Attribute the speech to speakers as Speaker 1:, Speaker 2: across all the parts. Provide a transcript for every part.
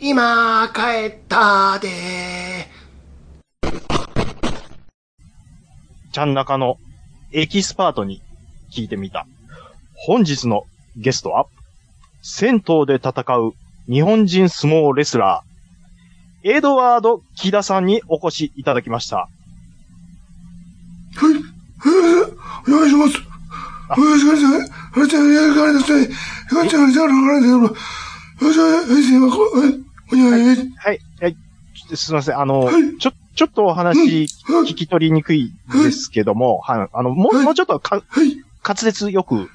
Speaker 1: 今帰ったで
Speaker 2: ちゃん中のエキスパートに聞いてみた。本日のゲストは、銭湯で戦う日本人相撲レスラー、エドワード・キダさんにお越しいただきました。
Speaker 3: はい。えー、お願いします。お願いします。お願いします。お願いします。お願いします。お願いします。お願いします。お願いします。お願いし
Speaker 2: はい、はい、ちょすいません。あの、
Speaker 3: はい
Speaker 2: ちょ、ちょっとお話
Speaker 3: ます。
Speaker 2: 聞き取りにくいですけども、はい、あの、もう、
Speaker 3: はい
Speaker 2: もうちょっとか、
Speaker 3: はい。
Speaker 2: 滑舌よく、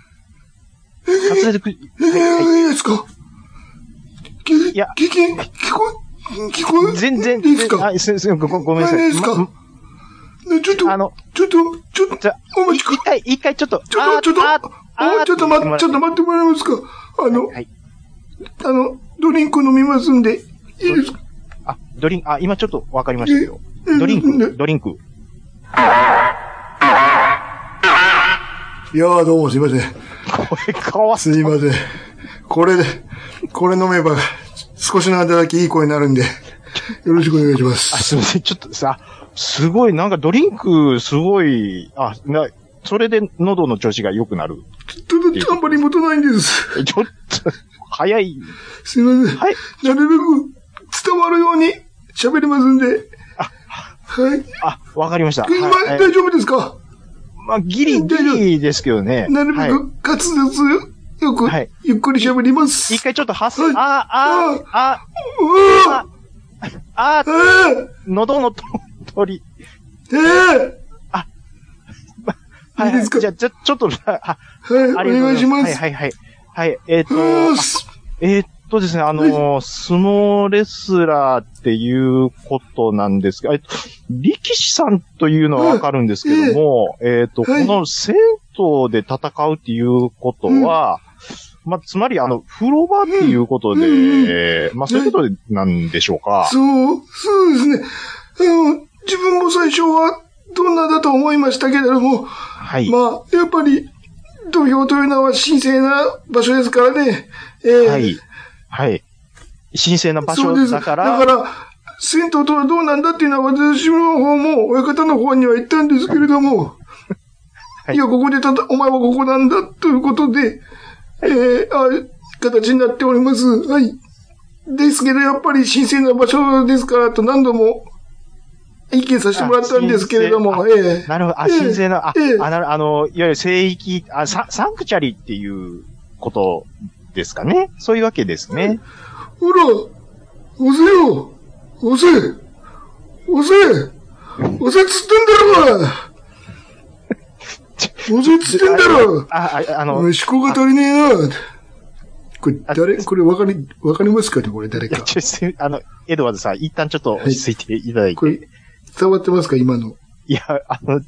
Speaker 2: 滑舌く、はい、はい
Speaker 3: いいですか聞、聞き、聞こえ、聞こえ、
Speaker 2: 全然、
Speaker 3: いいですか
Speaker 2: はい、す、す、ごごめんなさ
Speaker 3: い
Speaker 2: い。
Speaker 3: いですか
Speaker 2: ま
Speaker 3: ちょっと、ちょ
Speaker 2: あ
Speaker 3: っ
Speaker 2: の、
Speaker 3: と、ちょっ
Speaker 2: じ
Speaker 3: と
Speaker 2: ゃ、
Speaker 3: お
Speaker 2: い
Speaker 3: 待ちく
Speaker 2: 一、回、一回ちょっと、
Speaker 3: ちょっと、ちょっと、
Speaker 2: あーあー
Speaker 3: あちょっと待って、ちょっと待ってもらえますかあの、
Speaker 2: はい。
Speaker 3: あの、ドリンク飲みますんで、いいですか
Speaker 2: あ、ドリンク、あ、今ちょっとわかりましたよ。ドリンク、ドリンク。
Speaker 3: いやーどうもすいません。
Speaker 2: これかわす。
Speaker 3: すいません。これで、これ飲めば、少しの間だけいい声になるんで、よろしくお願いしま
Speaker 2: あ、
Speaker 3: す。
Speaker 2: すいません、ちょっとさ、すごい、なんかドリンク、すごい、あ、な、それで喉の調子が良くなる。
Speaker 3: ちょっと、あんまり持たないんです。
Speaker 2: えちょっと、早い。
Speaker 3: すいません。
Speaker 2: はい。
Speaker 3: なるべく伝わるように喋りますんで。はい。
Speaker 2: あ、わかりました。
Speaker 3: 今、
Speaker 2: はいはい
Speaker 3: 大丈夫ですか
Speaker 2: まあ、ギリ、ギリですけどね。
Speaker 3: なるべ
Speaker 2: はい
Speaker 3: く滑舌よく
Speaker 2: はい、
Speaker 3: ゆっくり喋ります。
Speaker 2: 一回ちょっと発
Speaker 3: はい
Speaker 2: 声、あー、あ
Speaker 3: うわ
Speaker 2: ー、あー、あー、
Speaker 3: ええ
Speaker 2: 喉の通り。
Speaker 3: ええ
Speaker 2: はい
Speaker 3: いですか
Speaker 2: じゃあ、じゃあ、ちょっと、あ、あ
Speaker 3: はい、
Speaker 2: りがとうござ
Speaker 3: お願いします。
Speaker 2: はい、はい、はい。はい、えっ、
Speaker 3: うー
Speaker 2: と、
Speaker 3: す
Speaker 2: えーっとですね、あのー相撲レスラーっていうことなんですが、えっと、力士さんというのはわかるんですけども、えーっと、
Speaker 3: はい
Speaker 2: この銭湯で戦うっていうことは、まあ、つまり、あの、風呂場っていうことで、
Speaker 3: うんうん
Speaker 2: まあ、そういうことなんでしょうか。
Speaker 3: そう、そうですね。あの、自分も最初はどんなだと思いましたけれども、
Speaker 2: はい。
Speaker 3: まあ、やっぱり、土俵というのは神聖な場所ですからね。ええ
Speaker 2: はい。はい。神聖な場
Speaker 3: そ
Speaker 2: 所
Speaker 3: うです。
Speaker 2: だから、
Speaker 3: だから、銭湯とはどうなんだっていうのは私の方も、親方の方には言ったんですけれども、
Speaker 2: はい
Speaker 3: い、や、ここでただ、お前はここなんだということで、えー、あ形になっております。はい。ですけど、やっぱり神聖な場所ですからと何度も意見させてもらったんですけれど
Speaker 2: あ
Speaker 3: も、
Speaker 2: 神
Speaker 3: ええ
Speaker 2: なるほど。あ、
Speaker 3: ええ
Speaker 2: 神聖な、あ、
Speaker 3: ええ
Speaker 2: あなるあの、いわゆる聖域、あサ、サンクチャリっていうことですかね。そういうわけですね。
Speaker 3: ほら、押せよ押せ押せ押せっつって んだろお前押せっつってんだろ
Speaker 2: あ、ああ
Speaker 3: お
Speaker 2: の、
Speaker 3: 前
Speaker 2: い
Speaker 3: 思考が足りねえなこれ誰これわかり、わかりますかねこれ誰
Speaker 2: や
Speaker 3: か。
Speaker 2: ちょすいあの、エドワードさん、一旦ちょっと落ち着いていただいて。
Speaker 3: これ、伝わってますか今の。
Speaker 2: いや、あの、伝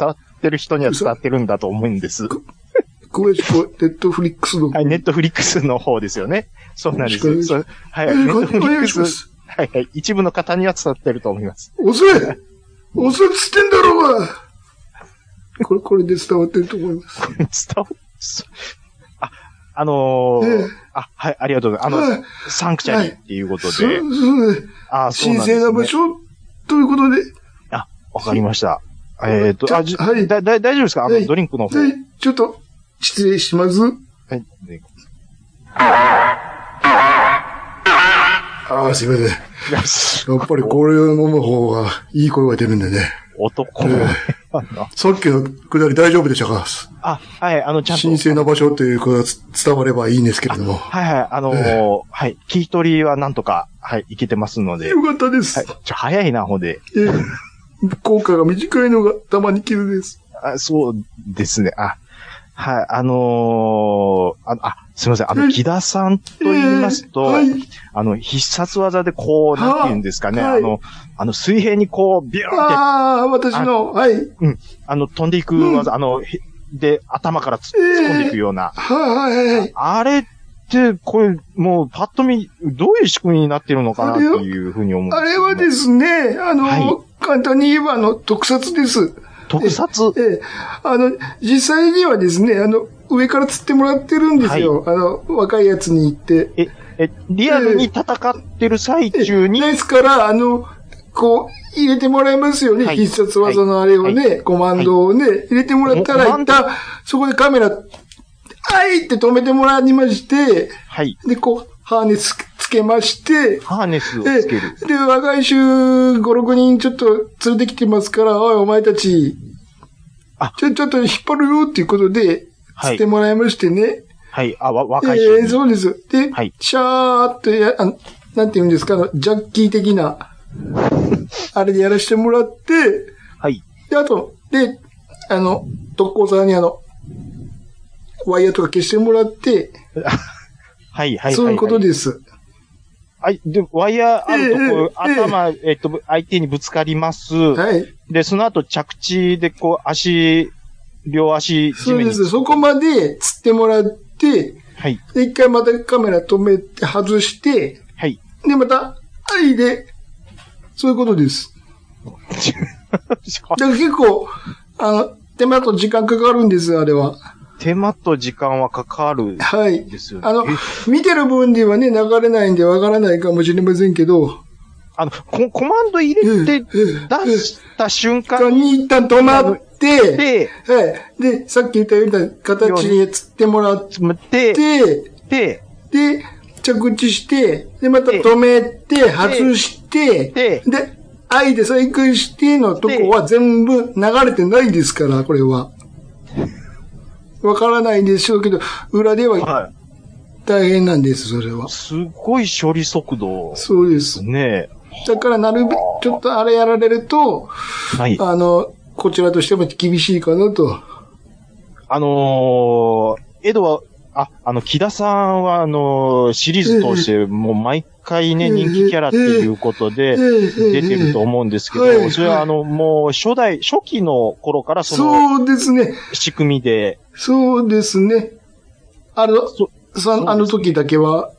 Speaker 2: わってる人には伝わってるんだと思うんです。
Speaker 3: 詳しく、ネットフリックスの。
Speaker 2: はい、ネットフリックスの方ですよね。そうなんです
Speaker 3: よろ
Speaker 2: よ。
Speaker 3: しく
Speaker 2: そうはい、
Speaker 3: お
Speaker 2: ネットフリッ
Speaker 3: 願いし
Speaker 2: ク
Speaker 3: ま
Speaker 2: ス。
Speaker 3: す。
Speaker 2: はいはい、一部の方には伝わってると思います。
Speaker 3: 押せ押せっつってんだろお前これ、これで伝わってると思います。
Speaker 2: 伝わっ、あ、あのー
Speaker 3: ええ
Speaker 2: あ、はい、ありがとうございます。あの、
Speaker 3: はい。
Speaker 2: サンクチャリっていうこと
Speaker 3: そ
Speaker 2: で。
Speaker 3: う、そうです。
Speaker 2: あそう
Speaker 3: 神
Speaker 2: なんです、ね。
Speaker 3: 聖な場所ということで、
Speaker 2: わかりました。えっ、と、あ、じ
Speaker 3: は
Speaker 2: だ
Speaker 3: い
Speaker 2: だ大丈夫ですかあ
Speaker 3: はい
Speaker 2: の、ドリンクの方。は
Speaker 3: で
Speaker 2: い。、
Speaker 3: ちょっと、失礼します。
Speaker 2: ドリンク
Speaker 3: ああ、すいません。や
Speaker 2: いやす
Speaker 3: っぱりこれを飲む方がいい声が出るんでね。
Speaker 2: 男の
Speaker 3: ええ
Speaker 2: あの
Speaker 3: さっきのくだり大丈夫でしたか
Speaker 2: あ、はい、あの、ちゃんと。
Speaker 3: 神聖な場所っていうことが伝わればいいんですけれども。よ
Speaker 2: はいはい、あのーはい、聞き取りはなんとか、はい、いけてますので。は
Speaker 3: かったです。
Speaker 2: い、ちょ、早いな、ほんで。
Speaker 3: ええ効果が短いのがたまに傷です。
Speaker 2: あそうですね。あ、はい、あのー、あ、あすみません、あ
Speaker 3: う
Speaker 2: の、
Speaker 3: ん
Speaker 2: 木田さんと言いますと、
Speaker 3: はい。
Speaker 2: あの、必殺技でこう、なんて言うんですかね、
Speaker 3: はい
Speaker 2: あの、あの、水平にこう、ビューンって、あ
Speaker 3: ああ、私の、はい。はい
Speaker 2: の、飛んでいく技、あの、へで、頭からつ突っ込んでいくような。
Speaker 3: はいはいはい。
Speaker 2: あれって、これ、もう、パッと見、どういう仕組みになってるのかなっていうふうに思うん
Speaker 3: あ
Speaker 2: け
Speaker 3: れ
Speaker 2: ども
Speaker 3: はですね、あの、
Speaker 2: はい
Speaker 3: 簡単に言えば、あの、特撮です。
Speaker 2: 特撮、
Speaker 3: ええ、あの、実際にはですね、あの、上から釣ってもらってるんですよ。あの、若いやつに行って。
Speaker 2: え、え、リアルに戦ってる最
Speaker 3: え
Speaker 2: 中に、
Speaker 3: ですから、あの、こう、入れてもらいますよね。
Speaker 2: はい
Speaker 3: 必殺技のあれをね、
Speaker 2: はい
Speaker 3: コマンドをね、入れてもらったら、
Speaker 2: コマ
Speaker 3: 一
Speaker 2: ンド
Speaker 3: 旦、そこでカメラ、あいって止めてもらいまして、
Speaker 2: はい、
Speaker 3: で、こう、ハーネスつけまして、
Speaker 2: ハーネスを
Speaker 3: で
Speaker 2: つける。
Speaker 3: で、若い衆5、6人ちょっと連れてきてますから、おい、お前たち
Speaker 2: あ、
Speaker 3: ちょ、ちょっと引っ張るよっていうことで、
Speaker 2: は
Speaker 3: 釣
Speaker 2: い
Speaker 3: ってもらいましてね。
Speaker 2: はい、あ、わ、
Speaker 3: え
Speaker 2: 若い
Speaker 3: え
Speaker 2: 人に。
Speaker 3: そうです。で、
Speaker 2: はい
Speaker 3: シャーっとや、あのなんて言うんですか、あのジャッキー的 な、あれでやらせてもらって、
Speaker 2: はい、
Speaker 3: で、あと、で、あの、特攻さんにあの、ワイヤーとか消してもらって、
Speaker 2: はい、はい。
Speaker 3: そういうこと
Speaker 2: す。
Speaker 3: です。
Speaker 2: はい、で、ワイヤーあるとこ、
Speaker 3: ええええ
Speaker 2: 頭、えっと、相手にぶつかります。
Speaker 3: はい。
Speaker 2: で、その後着地で、こう、足、両足、地
Speaker 3: そう
Speaker 2: 面
Speaker 3: で
Speaker 2: に。
Speaker 3: す。そこまで釣ってもらって、
Speaker 2: はい、
Speaker 3: で、一回またカメラ止めて外して、
Speaker 2: はい。
Speaker 3: で、また、愛で、そういうことです。だから結構、あの、手間と時間かかるんです、あれは。
Speaker 2: 手間と時間はかかるん
Speaker 3: はい。
Speaker 2: ですよね。
Speaker 3: あの
Speaker 2: え、
Speaker 3: 見てる分ではね、流れないんでわからないかもしれませんけど、
Speaker 2: あの、ココマンド入れて出した瞬間に、
Speaker 3: に一旦止まって、
Speaker 2: で、
Speaker 3: はい。で、さっき言ったような形で釣ってもらっ
Speaker 2: で、
Speaker 3: て、
Speaker 2: で、
Speaker 3: で、着地して、で、また止めて、外して、
Speaker 2: で
Speaker 3: で、愛で再開してのとこは全部流れてないですから、これは。わからないでしょうけど、裏では
Speaker 2: は。。
Speaker 3: 大変なんです、それはい
Speaker 2: すごい処理速度。
Speaker 3: そうです。
Speaker 2: ねえ。
Speaker 3: だから、なるべ、ちょっとあれやられると、
Speaker 2: はい。
Speaker 3: あの、こちらとしても厳しいかなと。
Speaker 2: あのー、エドは、あ、あの、木田さんは、あのーシリーズ通して、もう毎回ね、
Speaker 3: うん
Speaker 2: 人気キャラっていうことで、
Speaker 3: うん
Speaker 2: 出てると思うんですけ
Speaker 3: うん
Speaker 2: ど、それはあの、もう、初代、初期の頃からその
Speaker 3: そうですね。
Speaker 2: 仕組みで、
Speaker 3: そうですね。あ
Speaker 2: そ
Speaker 3: の、そ
Speaker 2: そうですね
Speaker 3: あの時だけは。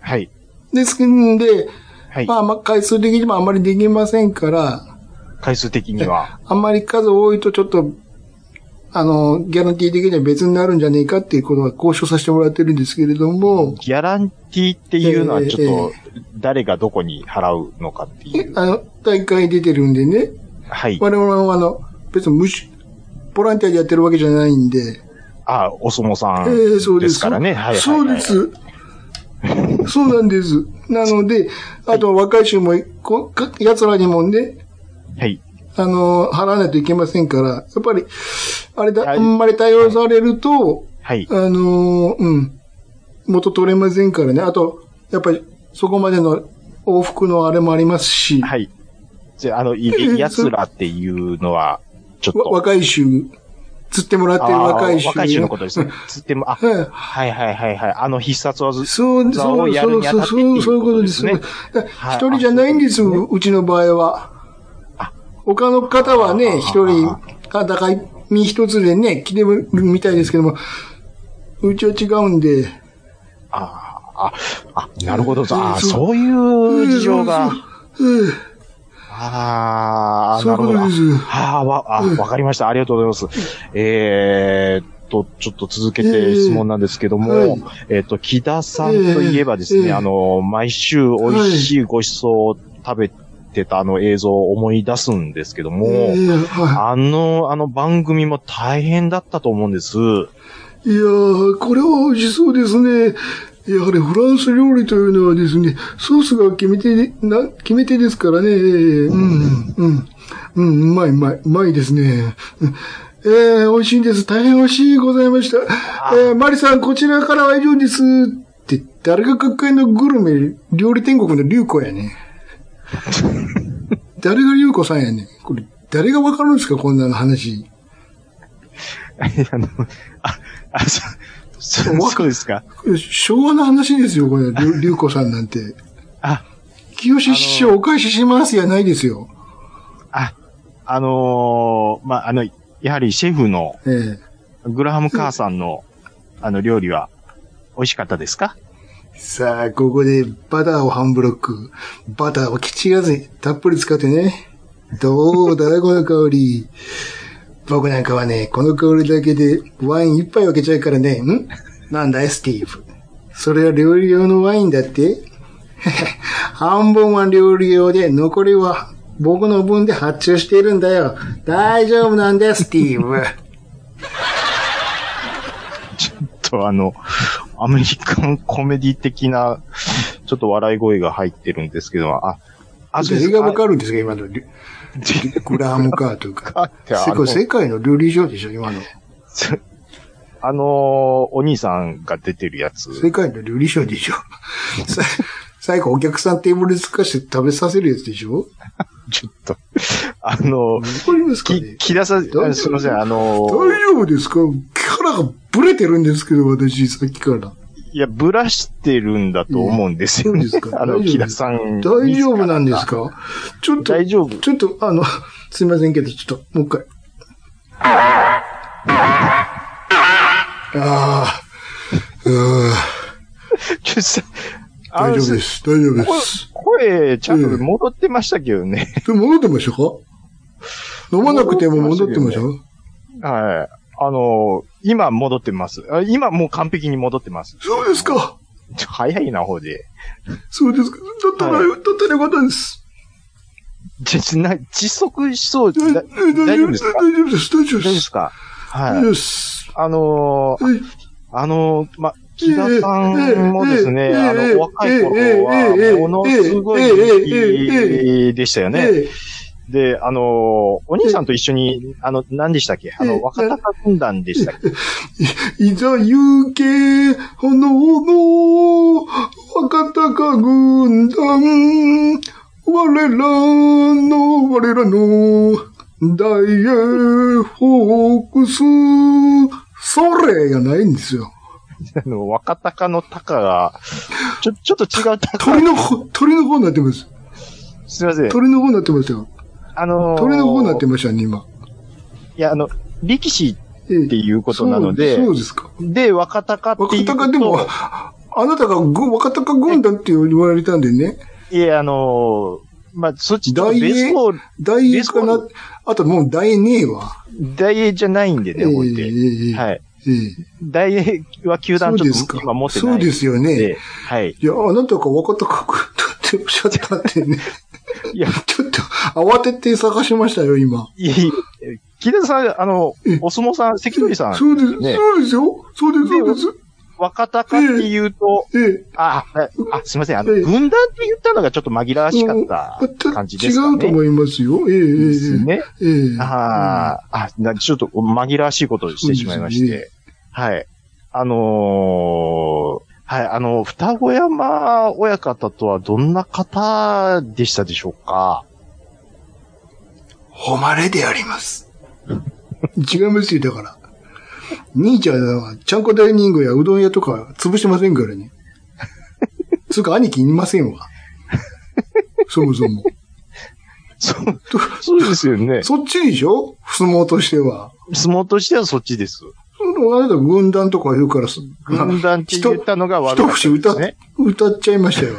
Speaker 2: はい、
Speaker 3: ですんで、
Speaker 2: はい、
Speaker 3: まあ、まあ、回数的にもあまりできませんから、
Speaker 2: 回数的には。
Speaker 3: あんまり数多いとちょっと、あの、ギャランティー的には別になるんじゃねえかっていうことは交渉させてもらってるんですけれども、
Speaker 2: ギャランティーっていうのは、ちょっと
Speaker 3: え、
Speaker 2: 誰がどこに払うのかっていう。
Speaker 3: あの、大会出てるんでね、
Speaker 2: はい。
Speaker 3: 我々はあの、別に無視、ボランティアでやってるわけじゃないんで、
Speaker 2: あ、お相撲さ
Speaker 3: ええそ
Speaker 2: ん
Speaker 3: うで。
Speaker 2: ですすからね。はい、はい。
Speaker 3: そう
Speaker 2: はい
Speaker 3: で。す。そうなんです。なので、あと若い衆も、こか奴らにもね、
Speaker 2: はい。
Speaker 3: あの、払わないといけませんから、やっぱり、あれだ、
Speaker 2: はい
Speaker 3: あんまり対応されると、
Speaker 2: はい。
Speaker 3: あのー、うん、元取れませんからね。あと、やっぱり、そこまでの往復のあれもありますし、
Speaker 2: はい。じゃあ、あの、い奴らっていうのは、ちょっ
Speaker 3: わ
Speaker 2: と。
Speaker 3: 若い衆、釣ってもらってる若い
Speaker 2: あー
Speaker 3: 衆。
Speaker 2: 若い衆のことですね。つっても、あ、
Speaker 3: はい
Speaker 2: はいはいはいはい。あの必殺技。
Speaker 3: そう、
Speaker 2: 技
Speaker 3: そ
Speaker 2: を
Speaker 3: う、
Speaker 2: や
Speaker 3: そ
Speaker 2: る
Speaker 3: う、
Speaker 2: にあ
Speaker 3: そ
Speaker 2: た
Speaker 3: う、
Speaker 2: って
Speaker 3: そ
Speaker 2: って
Speaker 3: う
Speaker 2: い
Speaker 3: いうう
Speaker 2: こ
Speaker 3: ことと
Speaker 2: で
Speaker 3: ですす
Speaker 2: ね
Speaker 3: ね。
Speaker 2: はい
Speaker 3: 一人じゃないんですよ、うちの場合は
Speaker 2: あ。
Speaker 3: 他の方は
Speaker 2: あー
Speaker 3: ね、一人、戦い、身一つでね、来てるみたいですけども、うちは違うんで。
Speaker 2: ああ、あ、なるほど。ああ、
Speaker 3: そう
Speaker 2: そういう事情が。
Speaker 3: うん。うん
Speaker 2: ああ、
Speaker 3: そうい
Speaker 2: な
Speaker 3: う
Speaker 2: る
Speaker 3: こ
Speaker 2: ほ
Speaker 3: と
Speaker 2: ど。あ
Speaker 3: です
Speaker 2: あ、わ、あ、わかりました。ありがとうございます。えーっと、ちょっと続けて質問なんですけど
Speaker 3: え
Speaker 2: も、えーっと、木田さんといえばです
Speaker 3: え
Speaker 2: ね、
Speaker 3: え
Speaker 2: あの、毎週美味しいご馳走を食べてたあの映像を思い出すんですけども
Speaker 3: え、えは
Speaker 2: あの、あの番組も大変だったと思うん です。
Speaker 3: い。いやー、これは美味しそうですね。やはりフランス料理というのはですね、ソースが決め手で、な、決め手ですからね。ええうん、うん。うん、うまい、うまい、うまいですね。うんええ美味しいんです。大変美味しいございました。ええマリさん、こちらからは以上です。って、誰が各界のグルメ、料理天国の竜子やね。誰が竜子さんやねん。これ、誰がわかるんですか、こんなの話。
Speaker 2: あの、あ、あ、そ、そ
Speaker 3: わか
Speaker 2: そうですか。
Speaker 3: 昭和の話ですよ、これ、りゅりゅうこさんなんて。
Speaker 2: あ、
Speaker 3: 清志師匠お返ししますやないですよ。
Speaker 2: あ、あのーまあ、あの、やはりシェフの
Speaker 3: ええ。
Speaker 2: グラハム母さんの、あの料理は美味しかったですか
Speaker 3: さあ、ここでバターを半ブロック。バターをきちがずにたっぷり使ってね。どうだ、この香り。僕なんかはね、この香りだけでワイン一杯開けちゃうからね。んなんだい、スティーブ。それは料理用のワインだって 半分は料理用で、残りは僕の分で発注しているんだよ。大丈夫なんだよ、スティーブ。
Speaker 2: ちょっとあの、アメリカンコメディ的な、ちょっと笑い声が入ってるんですけど、あ、あ、
Speaker 3: それがわかるんですか、今の。グラハムカー という
Speaker 2: カー
Speaker 3: か
Speaker 2: っ。てあの
Speaker 3: 世界世界の料理上でしょ、今の。
Speaker 2: そあのーお兄さんが出てるやつ。
Speaker 3: 世界の料理賞で しょ。さ最後お客さんテーブルつかして食べさせるやつでしょ
Speaker 2: ちょっと、あのー
Speaker 3: わかりますか
Speaker 2: き、
Speaker 3: ね
Speaker 2: きださ、あ
Speaker 3: 丈夫
Speaker 2: のすいません、あの
Speaker 3: 大
Speaker 2: ー
Speaker 3: 丈夫ですか腹がブレてるんですけど、私、さっきから。
Speaker 2: いや、ぶらしてるんだと思うんですよ、ね。
Speaker 3: いやそうですか
Speaker 2: あの、
Speaker 3: 大丈夫
Speaker 2: 木田さん。
Speaker 3: 大丈夫なんですかちょっと、
Speaker 2: 大丈夫。
Speaker 3: ちょっと、あの、すいませんけど、ちょっと、もう一回。ああ、うー
Speaker 2: ちょっとさあ
Speaker 3: 大
Speaker 2: の
Speaker 3: 丈夫です。大丈夫です。
Speaker 2: 声、ちゃんと戻ってましたけどね。
Speaker 3: でも戻ってましたか飲まなくても戻ってました
Speaker 2: はい。あのー今戻ってます。あ今もう完璧に戻ってます。
Speaker 3: そうですか。
Speaker 2: ちょ早いな、方で。
Speaker 3: そうですか。だったら、
Speaker 2: はい
Speaker 3: だったらよかったです。
Speaker 2: ちょ、ちょな、窒息しそう。
Speaker 3: ええ
Speaker 2: だ
Speaker 3: 大
Speaker 2: 大丈夫ですか
Speaker 3: 大丈夫です。大丈夫
Speaker 2: 大丈夫
Speaker 3: で
Speaker 2: ですす。か
Speaker 3: 大
Speaker 2: は
Speaker 3: 丈
Speaker 2: い。
Speaker 3: 夫です。
Speaker 2: あのー
Speaker 3: はい
Speaker 2: あのーま、木田さんもです
Speaker 3: ええ
Speaker 2: ね、
Speaker 3: ええ
Speaker 2: あ
Speaker 3: ええ
Speaker 2: の、若い頃
Speaker 3: ええええ
Speaker 2: は、ものすごい元気でしたよね。
Speaker 3: ええ
Speaker 2: で、あのーお兄さんと一緒に、あの、何でしたっけあ
Speaker 3: え
Speaker 2: の
Speaker 3: え、
Speaker 2: 若鷹軍団でしたっけ
Speaker 3: いざ行け、炎の若鷹軍団、我らの、我らの、大英ホークス、それがないんですよ。
Speaker 2: あの、若鷹の鷹が、ちょ、ちょっと違う鷹。
Speaker 3: 鳥の方、鳥の方になってます。
Speaker 2: すいません。
Speaker 3: 鳥の方になってますよ。
Speaker 2: あのー
Speaker 3: 鳥の方になってましたね、今。
Speaker 2: いや、あの、力士
Speaker 3: ええ
Speaker 2: っていうことなので
Speaker 3: そうそうですか。
Speaker 2: で若鷹ってい
Speaker 3: 若
Speaker 2: うと。
Speaker 3: 鷹でも、あなたがぐ若鷹軍団って言われたんでね、
Speaker 2: いや、あのーまあ、そっち、ベ
Speaker 3: 大英
Speaker 2: ースボール、
Speaker 3: 大英か
Speaker 2: で
Speaker 3: な、あともう大英は。
Speaker 2: 大英じゃないんでね、ほいで。
Speaker 3: ええ
Speaker 2: はい。
Speaker 3: ええ
Speaker 2: 大英は球
Speaker 3: そ
Speaker 2: 団
Speaker 3: う
Speaker 2: ちょ
Speaker 3: で
Speaker 2: っ
Speaker 3: す
Speaker 2: と
Speaker 3: か
Speaker 2: 今持って。な
Speaker 3: そ
Speaker 2: いう
Speaker 3: ですよね。
Speaker 2: ではい。
Speaker 3: いや、あなたが若鷹軍団っておっしゃったってね。
Speaker 2: いや、
Speaker 3: ちょっと慌てて探しましたよ、今。
Speaker 2: いやいや木田さん、あの
Speaker 3: え、
Speaker 2: お相撲さん、関取さん、
Speaker 3: そうです、
Speaker 2: ね
Speaker 3: そうですよ。そうです、そうです。
Speaker 2: 若隆って言うと、
Speaker 3: ええ。
Speaker 2: あ、ああ、すいません、あの、
Speaker 3: ええ
Speaker 2: 軍団って言ったのがちょっと紛らわしかった
Speaker 3: うん
Speaker 2: 感じですかね。
Speaker 3: 違うと思いますよ。ええ、ええ
Speaker 2: ですね。
Speaker 3: ええ。ええ。
Speaker 2: あーあ、なちょっと紛らわしいことをしてしまいまし
Speaker 3: そう
Speaker 2: て
Speaker 3: で。
Speaker 2: はい。あのーはい、あの、双子山親方とはどんな方でしたでしょうか
Speaker 3: 誉れであります。違いますよ、だから。兄ちゃんは、ちゃんこダイニングやうどん屋とか潰してませんから ね。つうか、兄貴いませんわ。そもそも。
Speaker 2: そう、そうですよね。
Speaker 3: そっちでしょ相撲としては。
Speaker 2: 相撲としてはそっちです。
Speaker 3: そのあなた軍団とか言うから、す
Speaker 2: 軍団って言ったのが悪
Speaker 3: 一
Speaker 2: かった
Speaker 3: 節
Speaker 2: で
Speaker 3: 歌
Speaker 2: す
Speaker 3: っ
Speaker 2: ね。、
Speaker 3: 歌っちゃいましたよ。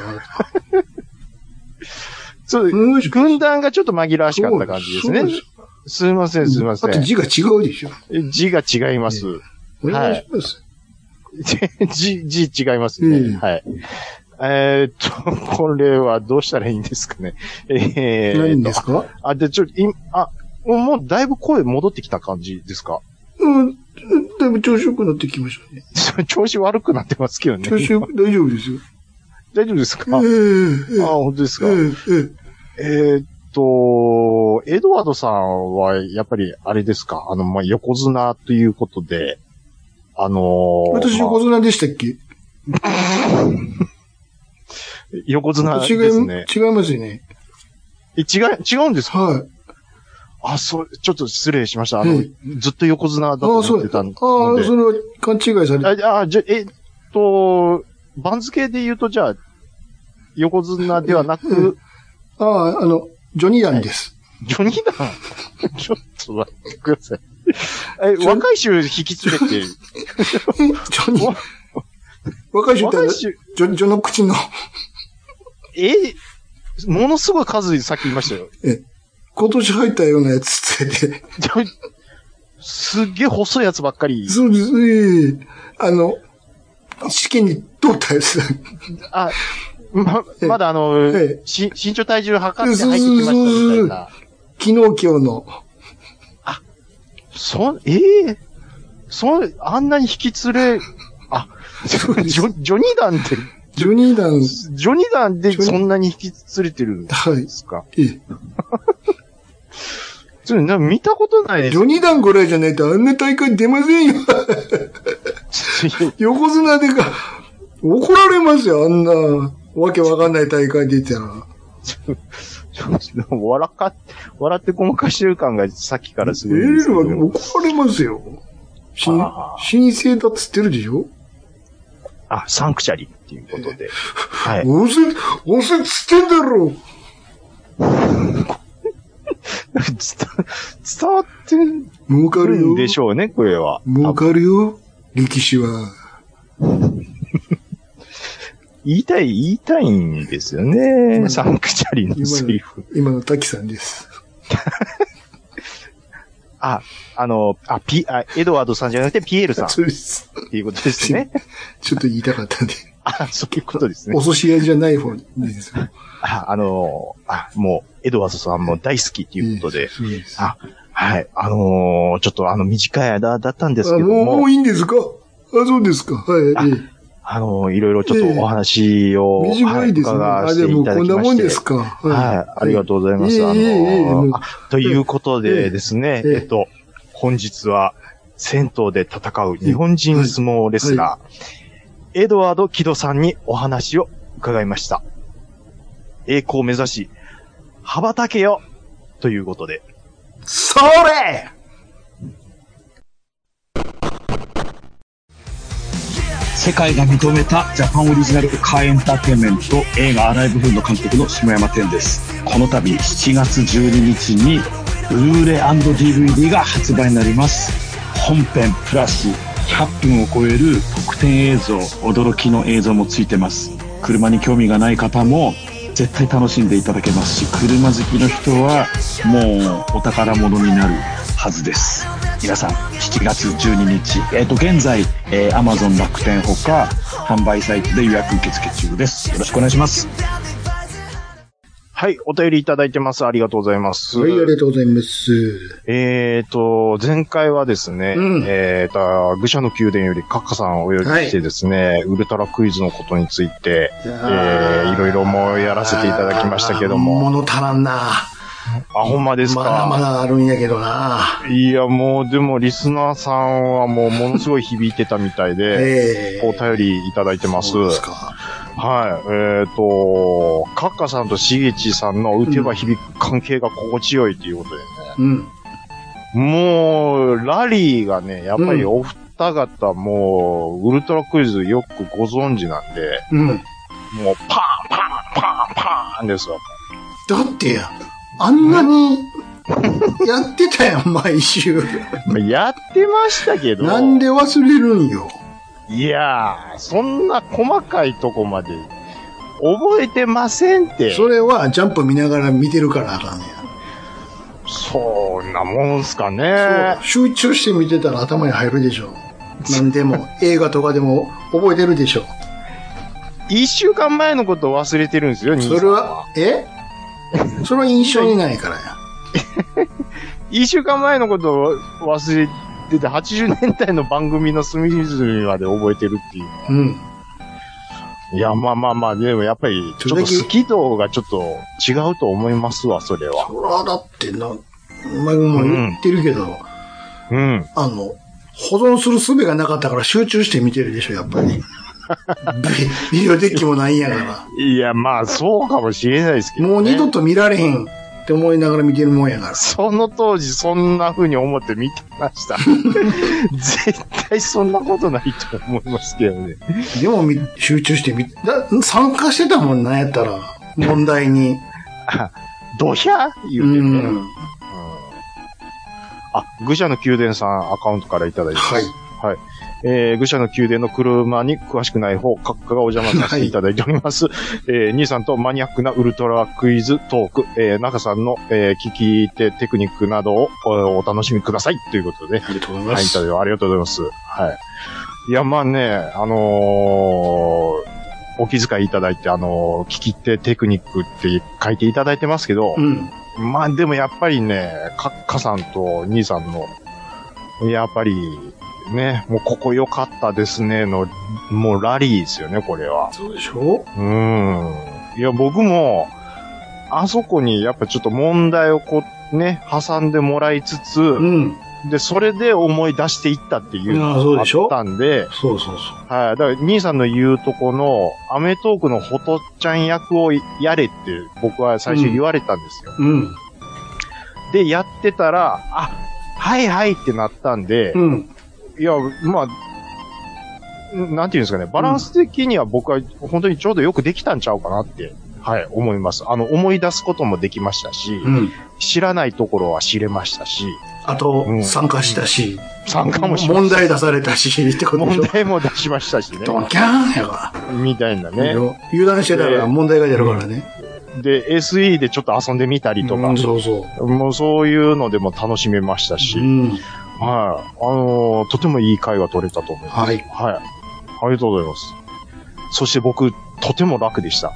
Speaker 2: そう、
Speaker 3: うんし
Speaker 2: 軍団がちょっと紛らわしかった感じですね
Speaker 3: そう。です
Speaker 2: すいません、すいませ
Speaker 3: あと
Speaker 2: ん。
Speaker 3: 字が違うでしょ。
Speaker 2: 字が違います。
Speaker 3: お願いします。
Speaker 2: 字、字違いますね。
Speaker 3: うん
Speaker 2: はい。えーっと、 これはどうしたらいいんですかね。えー、
Speaker 3: 何ですか
Speaker 2: あ、で、ちょ、い、あ、もうだいぶ声戻ってきた感じですか
Speaker 3: うん、だいぶ調子良くなってきましたね。
Speaker 2: 調子悪くなってますけどね。
Speaker 3: 調子良く、大丈夫ですよ。
Speaker 2: 大丈夫ですか、
Speaker 3: ええ
Speaker 2: あ、
Speaker 3: ええ
Speaker 2: 本当ですか、
Speaker 3: ええええ
Speaker 2: えーっと、エドワードさんは、やっぱり、あれですかあの、まあ、横綱ということで、あのー
Speaker 3: 私
Speaker 2: まあ
Speaker 3: 横綱でしたっけ、
Speaker 2: 横綱で
Speaker 3: 違い
Speaker 2: すね。
Speaker 3: 違いますよね。
Speaker 2: え違い、違うんですか
Speaker 3: は
Speaker 2: あ、そう、ちょっと失礼しました。あ
Speaker 3: う
Speaker 2: の
Speaker 3: ん、
Speaker 2: ずっと横綱だと
Speaker 3: ああ、そ
Speaker 2: 思っ
Speaker 3: う
Speaker 2: て
Speaker 3: だ。あ
Speaker 2: た
Speaker 3: あ
Speaker 2: ので。、
Speaker 3: それは勘違いされて。
Speaker 2: あ、あ、じゃ、えっと、番付で言うと、じゃあ、横綱ではな
Speaker 3: う
Speaker 2: く、
Speaker 3: ああ、あの、ジョニーダンです。
Speaker 2: ジョニーダンちょっと待ってください。え、
Speaker 3: ジョ
Speaker 2: 若い衆引き連れて、
Speaker 3: えジョニー
Speaker 2: わ。
Speaker 3: 若い人ってあ
Speaker 2: 若
Speaker 3: の
Speaker 2: い
Speaker 3: ジ
Speaker 2: 衆、
Speaker 3: ョ、ジョの口の、
Speaker 2: え、ものすごい数さっき言いましたよ。
Speaker 3: 今年入ったようなやつってね。
Speaker 2: ジョニすっげえ細いやつばっかり。
Speaker 3: そうです。ええあの、試験に通ったやつだ。
Speaker 2: あ、ま、まだあ
Speaker 3: え
Speaker 2: の、し身長体重測って入ってきましたみたいな。
Speaker 3: 昨日今日の。
Speaker 2: そ、ええそ、あんなに引き連れ、あ、ジョ、ジョニーダンって、
Speaker 3: ジョニーダン、
Speaker 2: ジョニーダンでそんなに引き連れてるんで
Speaker 3: はい。
Speaker 2: すか
Speaker 3: ええ
Speaker 2: それ、なんか見たことないで
Speaker 3: ジョニーダンぐらいじゃないとあんな大会出ませんよ。
Speaker 2: す。
Speaker 3: 横綱でか、怒られますよ、あんな。わけわかんない大会出たら。
Speaker 2: 笑か、笑ってごまかしてる感がさっきからす
Speaker 3: 出
Speaker 2: ごい
Speaker 3: れ
Speaker 2: んですけ
Speaker 3: る
Speaker 2: ど。
Speaker 3: わけ、怒られますよ。し
Speaker 2: ああ
Speaker 3: 申請だっつってるでしょ
Speaker 2: あ、サンクチャリっていうことで。はい。
Speaker 3: 押せ、押せっつってんだろ
Speaker 2: 伝わって
Speaker 3: 儲か
Speaker 2: る
Speaker 3: る
Speaker 2: ん
Speaker 3: よ。
Speaker 2: でしょうね、これは。
Speaker 3: 儲かるよ、力士は。
Speaker 2: 言いたい、言いたいんですよね。サンクチャリのセリフ。
Speaker 3: 今の滝さんです。
Speaker 2: あ、あの、あ、ピ、あ、エドワードさんじゃなくてピエールさん
Speaker 3: そうです。
Speaker 2: っていうことです ね。
Speaker 3: ちょっと言いた かったんで。
Speaker 2: あ、そういうことですね
Speaker 3: お。寿司屋じゃない方です。
Speaker 2: あ、あの、あ、もう、エドワードさんも大好きっていうことで。
Speaker 3: そうです。
Speaker 2: あはい。あのーちょっとあの、短い間だったんですけど
Speaker 3: あもう、も
Speaker 2: も
Speaker 3: う、いいんですかあ、そうですか。はい。
Speaker 2: あ
Speaker 3: え
Speaker 2: あのーいろいろちょっとお話
Speaker 3: え
Speaker 2: を、
Speaker 3: 短いですね。
Speaker 2: は
Speaker 3: あ、
Speaker 2: い、
Speaker 3: で
Speaker 2: 伺わせて
Speaker 3: も
Speaker 2: いただ
Speaker 3: こん
Speaker 2: き
Speaker 3: な
Speaker 2: ま
Speaker 3: もん
Speaker 2: して。
Speaker 3: ですか。は
Speaker 2: はい。ありがとうございま
Speaker 3: い
Speaker 2: す。
Speaker 3: え
Speaker 2: あの
Speaker 3: いえいえも
Speaker 2: ー
Speaker 3: う
Speaker 2: あということ
Speaker 3: ええ
Speaker 2: でですね、
Speaker 3: ええ
Speaker 2: えっと、本日は、銭湯で戦う日本人相撲レスラー、エドワード・キドさんにお話を伺いました。栄光を目指し、羽ばたけよということで。
Speaker 3: それ
Speaker 4: 世界が認めたジャパンオリジナルカーエンターテインメント映画アライブフード監督の下山天です。この度7月12日にブルーレイ &DVD が発売になります。本編プラス100分を超える特典映像、驚きの映像もついてます。車に興味がない方も絶対楽しんでいただけますし、車好きの人はもうお宝物になるはずです。皆さん、7月12日、えっ、と、現在、えー Amazon 楽天ほか、販売サイトで予約受付中です。よろしくお願いします。
Speaker 2: はい、お便りいただいてます。ありがとうございます。
Speaker 3: はい、ありがとうございます。
Speaker 2: えーと、前回はですね、
Speaker 3: うん
Speaker 2: えーと、愚者の宮殿よりカッカさんをお呼びしてですね、ウルトラクイズのことについて、
Speaker 3: え
Speaker 2: えーいろいろもうやらせていただきましたけども
Speaker 3: 物足らんな。
Speaker 2: あ、ほんまですか、
Speaker 3: まだまだあるんやけどな。
Speaker 2: いや、もうでもリスナーさんはもうものすごい響いてたみたいで、
Speaker 3: ええ
Speaker 2: お便りいただいてます。
Speaker 3: そうです
Speaker 2: は
Speaker 3: か。
Speaker 2: い。えっ、と、カッカさんとしげちさんの打てば響く関係が心地よいということでね。
Speaker 3: うん。
Speaker 2: もう、ラリーがね、やっぱりお二方、もう、ウルトラクイズよくご存知なんで、
Speaker 3: うん。
Speaker 2: もう、パーン、パーン、パーン、パーンですよ。
Speaker 3: だってや、あん なに、やってたやん、毎週。
Speaker 2: まあやってましたけど、
Speaker 3: なんで忘れるんよ。
Speaker 2: いやー、そんな細かいとこまで、覚えてませんって。
Speaker 3: それは、ジャンプ見ながら見てるからあかんねや。
Speaker 2: そんなもんすかね。
Speaker 3: 集中して見てたら頭に入るでしょ。なんで も、映画とかでも覚えてるでしょ。
Speaker 2: 一週間前のこと忘れてるんですよ、兄さん
Speaker 3: それは。、 えそれは印象にないからや。
Speaker 2: 一週間前のことを忘れてて、80年代の番組の隅々まで覚えてるっていう。
Speaker 3: うん。
Speaker 2: いや、まあまあまあ、でもやっぱり、ちょっと好き度がちょっと違うと思いますわ、それは。
Speaker 3: そらだってな、お前も言ってるけど、
Speaker 2: うん。
Speaker 3: あの、保存する術がなかったから集中して見てるでしょ、やっぱり。 ビビデオデッキもないんやから。
Speaker 2: いや、まあ、そうかもしれないですけど、ね。
Speaker 3: もう二度と見られへんって思いながら見てるもんやから。
Speaker 2: その当時そんな風に思って見てま した。絶対そんなことないと思いますけどね。
Speaker 3: でもみ集中してみ、だ、参加してたもんな、やったら。問題に。
Speaker 2: ドヒャー言
Speaker 3: う
Speaker 2: うてね。
Speaker 3: ん。
Speaker 2: あ、愚者の宮殿さんアカウントからいただいてます。
Speaker 3: はい。
Speaker 2: えー、愚者の宮殿の車に詳しくない方、閣下がお邪魔させていただいております。えー、兄さんとマニアックなウルトラクイズトーク、えー、中さんの、えー、聞き手テクニックなどをおお楽しみください。ということでね。
Speaker 3: ありがとうございま
Speaker 2: はい、イン
Speaker 3: す。
Speaker 2: タビューありがとうございます。はい。いや、まあね、あのーお気遣いいただいて、あのー聞き手テクニックって書いていただいてますけど、
Speaker 3: うん。
Speaker 2: まあでもやっぱりね、カッカさんと兄さんの、やっぱり、ね、もうここ良かったですねの、もうラリーですよね、これは。
Speaker 3: そうでしょ
Speaker 2: うーん。いや、僕も、あそこにやっぱちょっと問題をこう、ね、挟んでもらいつつ、
Speaker 3: うん。
Speaker 2: で、それで思い出していったっていう
Speaker 3: ああそ
Speaker 2: の
Speaker 3: う
Speaker 2: があ
Speaker 3: でしょ
Speaker 2: ったんで、
Speaker 3: そうそうそう。
Speaker 2: はい。だから、兄さんの言うとこの、アメトークのホトちゃん役をやれって、僕は最初言われたんですよ。
Speaker 3: うん。
Speaker 2: で、やってたら、あ、はいはいってなったんで、
Speaker 3: うん。
Speaker 2: いや、まあ、なんていうんですかね、バランス的には僕は本当にちょうどよくできたんちゃうかなって、はい、思います。あの、思い出すこともできましたし、
Speaker 3: うん。
Speaker 2: 知らないところは知れましたし、
Speaker 3: あと、
Speaker 2: うん
Speaker 3: 参加したし、
Speaker 2: 参加もしま
Speaker 3: 問題出されたし、ってことでし
Speaker 2: 問
Speaker 3: ょ。
Speaker 2: 題も出しましたしね、
Speaker 3: ドンキャーンやか
Speaker 2: みたいな
Speaker 3: ら。
Speaker 2: ね。
Speaker 3: 油断してたら問題が出るからね。
Speaker 2: で、SE でちょっと遊んでみたりとか
Speaker 3: うん、、そうそ
Speaker 2: もうそういうのでも楽しめましたし、
Speaker 3: う。うん。
Speaker 2: はい。あのーとてもいい会が取れたと思います。
Speaker 3: はい。
Speaker 2: はい。ありがとうございます。そして僕、とても楽でした。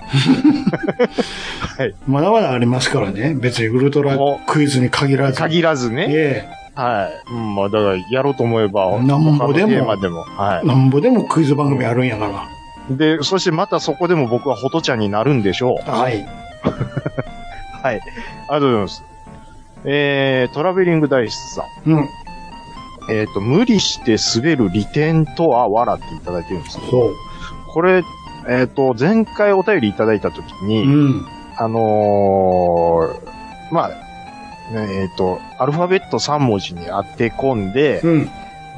Speaker 3: まだまだありますからね。別にウルトラクイズに限らず。
Speaker 2: 限らずね。
Speaker 3: え
Speaker 2: はい。うん、まあ、だから、やろうと思えば、
Speaker 3: なんぼで
Speaker 2: 他の
Speaker 3: も
Speaker 2: テーマでも。は
Speaker 3: え。なんぼでもクイズ番組あるんやか
Speaker 2: い。で、そしてまたそこでも僕はホトちゃんになるんでしょう。
Speaker 3: ら。はい。
Speaker 2: はい。ありがとうございます。えー、トラベリングダイスさん。
Speaker 3: うん。
Speaker 2: えっ、と、無理して滑る利点とは笑っていただいてるんですけど
Speaker 3: そう。
Speaker 2: これ、えっ、と、前回お便りいただいたときに、
Speaker 3: うん。
Speaker 2: あのーまあ、ねえっ、と、アルファベット3文字に当て込んで、
Speaker 3: うん。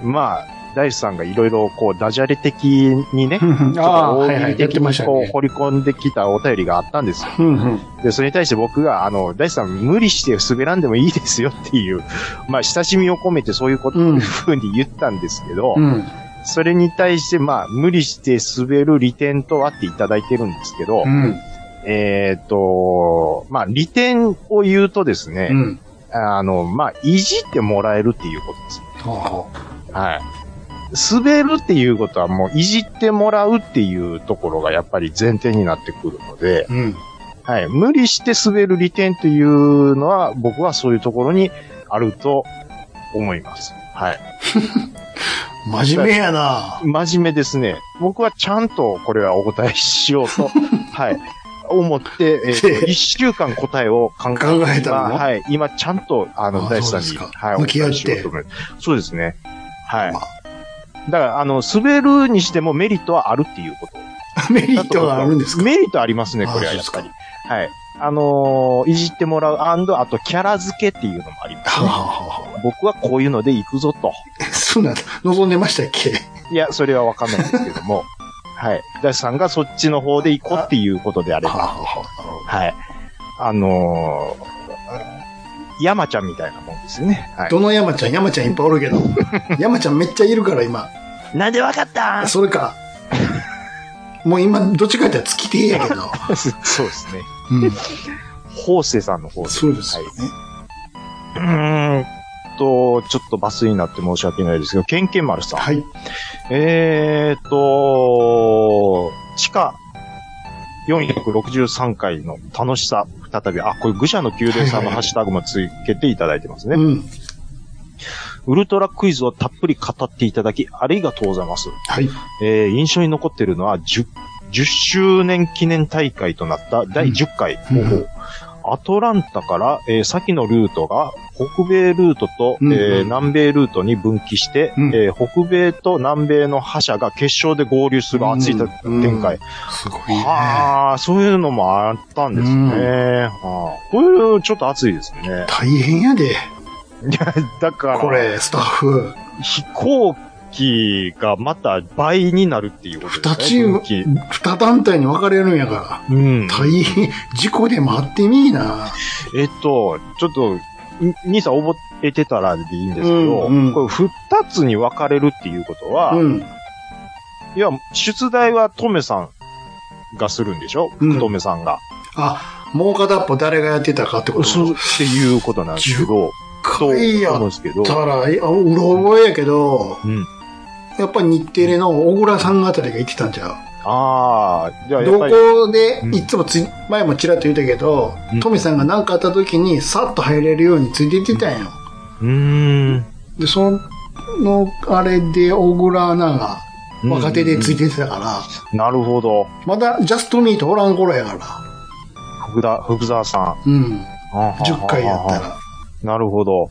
Speaker 2: まあ、ダイスさんがいろいろこう、ダジャレ的にね、ちょっと
Speaker 3: ああー、
Speaker 2: 大
Speaker 3: はいは
Speaker 2: 喜
Speaker 3: い。
Speaker 2: 利
Speaker 3: やっ
Speaker 2: 的
Speaker 3: てま
Speaker 2: に
Speaker 3: した
Speaker 2: こう、
Speaker 3: ね。
Speaker 2: 掘り込んできたお便りがあったんですよ。
Speaker 3: うんうん。
Speaker 2: で、それに対して僕が、あの、ダイスさん無理して滑らんでもいいですよっていう、まあ、親しみを込めてそういうこと、
Speaker 3: うん
Speaker 2: ふうに言ったんですけど、
Speaker 3: うん。
Speaker 2: それに対して、まあ、無理して滑る利点とはっていただいてるんですけど、
Speaker 3: うん。
Speaker 2: えーっ、と、まあ、利点を言うとですね、
Speaker 3: うん。
Speaker 2: あの、まあ、いじってもらえるっていうことですね。
Speaker 3: はあはあ
Speaker 2: はい。滑るっていうことはもういじってもらうっていうところがやっぱり前提になってくるので、
Speaker 3: うん。
Speaker 2: はい。無理して滑る利点っていうのは僕はそういうところにあると思います。はい。
Speaker 3: 真面目やな
Speaker 2: 真面目ですね。僕はちゃんとこれはお答えしよう と、はい。思って、えーと一週間答えを考え
Speaker 3: 考えたの
Speaker 2: まあはい。今、ちゃんと、あの、
Speaker 3: あ
Speaker 2: 大地さん
Speaker 3: そう
Speaker 2: に、
Speaker 3: ですか
Speaker 2: はい、
Speaker 3: 向き合っ
Speaker 2: お答え
Speaker 3: て
Speaker 2: しようと思いますそうですね。はい。
Speaker 3: ま
Speaker 2: だから、あの、滑るにしてもメリットはあるっていうこと。
Speaker 3: メリットがあるんですか
Speaker 2: メリットありますね、これは
Speaker 3: あ
Speaker 2: やっ
Speaker 3: そう
Speaker 2: ぱ
Speaker 3: で
Speaker 2: り。はい。あのーいじってもらう、あと、キャラ付けっていうのもあります、
Speaker 3: はあ
Speaker 2: ね。
Speaker 3: はあはあ
Speaker 2: 僕はこういうので行くぞと。
Speaker 3: そんなん、望んでましたっけ
Speaker 2: いや、 それはわかんないですけども。 はい。ダシさんがそっちの方で行こうっていうことであれ
Speaker 3: はあ
Speaker 2: ば。
Speaker 3: はあはあ
Speaker 2: はい。あのー、山ちゃんみたいなもんですよね。は
Speaker 3: どの山ちゃん山ちゃんいっぱいおる けど。山ちゃんめっちゃいるから今。
Speaker 2: い。なんでわかった
Speaker 3: それか。もう今、どっちかって言ったら月手やけど。
Speaker 2: そうですね。
Speaker 3: うん。
Speaker 2: 法政さんの方で。
Speaker 3: そうですよね。
Speaker 2: うーんと、ちょっとバスになって申し訳ないですけど、ケンケン丸さん。
Speaker 3: はい。
Speaker 2: えーと、地下463回の楽しさ、再び、あ、これ愚者の宮殿さんのハッシュタグもつけていただいてますね。
Speaker 3: うん。
Speaker 2: ウルトラクイズをたっぷり語っていただき、ありがとうございます。
Speaker 3: はい。
Speaker 2: えー印象に残ってるのは10、10周年記念大会となった第10回。
Speaker 3: うん
Speaker 2: おうアトランタから、えー先のルートが、北米ルートと、
Speaker 5: うんうん
Speaker 2: えー南米ルートに分岐して、
Speaker 5: うん
Speaker 2: えー北米と南米の覇者が決勝で合流する熱いた
Speaker 6: うん
Speaker 2: 展開。
Speaker 5: すごいね。
Speaker 2: はあ、そういうのもあったんですね。
Speaker 5: うん
Speaker 2: はあ、こういうのちょっと熱いです ね。
Speaker 3: 大変や
Speaker 2: い
Speaker 3: で。
Speaker 2: や、だから、
Speaker 3: これ、スタッフ。
Speaker 2: 飛行機がまた倍になるっていうことですね。
Speaker 3: 二チーム
Speaker 2: 分岐
Speaker 3: 二団体に分かれるんやから。
Speaker 2: うん。
Speaker 3: 大変。事故でもあってみいな。
Speaker 2: えっと、ちょっと、に兄さん覚えてたらでいいんですけど、
Speaker 3: うんうん
Speaker 2: これ二つに分かれるっていうことは、
Speaker 3: うん。
Speaker 2: いや、出題はトメさんがするんでしょ
Speaker 3: うん
Speaker 2: トメさんが。
Speaker 3: あ、もう片っぽ誰がやってたかってこと
Speaker 2: そうっていうことなんですけど、と
Speaker 3: いや
Speaker 2: 思うん
Speaker 3: っ
Speaker 2: ですけど、
Speaker 3: たら、いやうろ覚えやけど、
Speaker 2: うん
Speaker 3: やっぱ日テレの小倉さんあたりが言ってたんじゃう
Speaker 2: ああ、じゃあや
Speaker 3: ど
Speaker 2: っぱり、
Speaker 3: こで
Speaker 2: う、ん
Speaker 3: いつもつい、前もちらっと言ったけど
Speaker 2: うん、
Speaker 3: トミさんが何かあった時に、さっと入れるようについていってたんよ。
Speaker 2: うーん。
Speaker 3: で、その、あれで、小倉アナが、若手でついてってたから、
Speaker 2: なるほど。
Speaker 3: まだ、ジャストミートおらん頃やから。
Speaker 2: 福田、福沢さ
Speaker 3: うん。
Speaker 2: ん。
Speaker 3: 10回やった
Speaker 2: ら。
Speaker 3: ら。
Speaker 2: なるほど。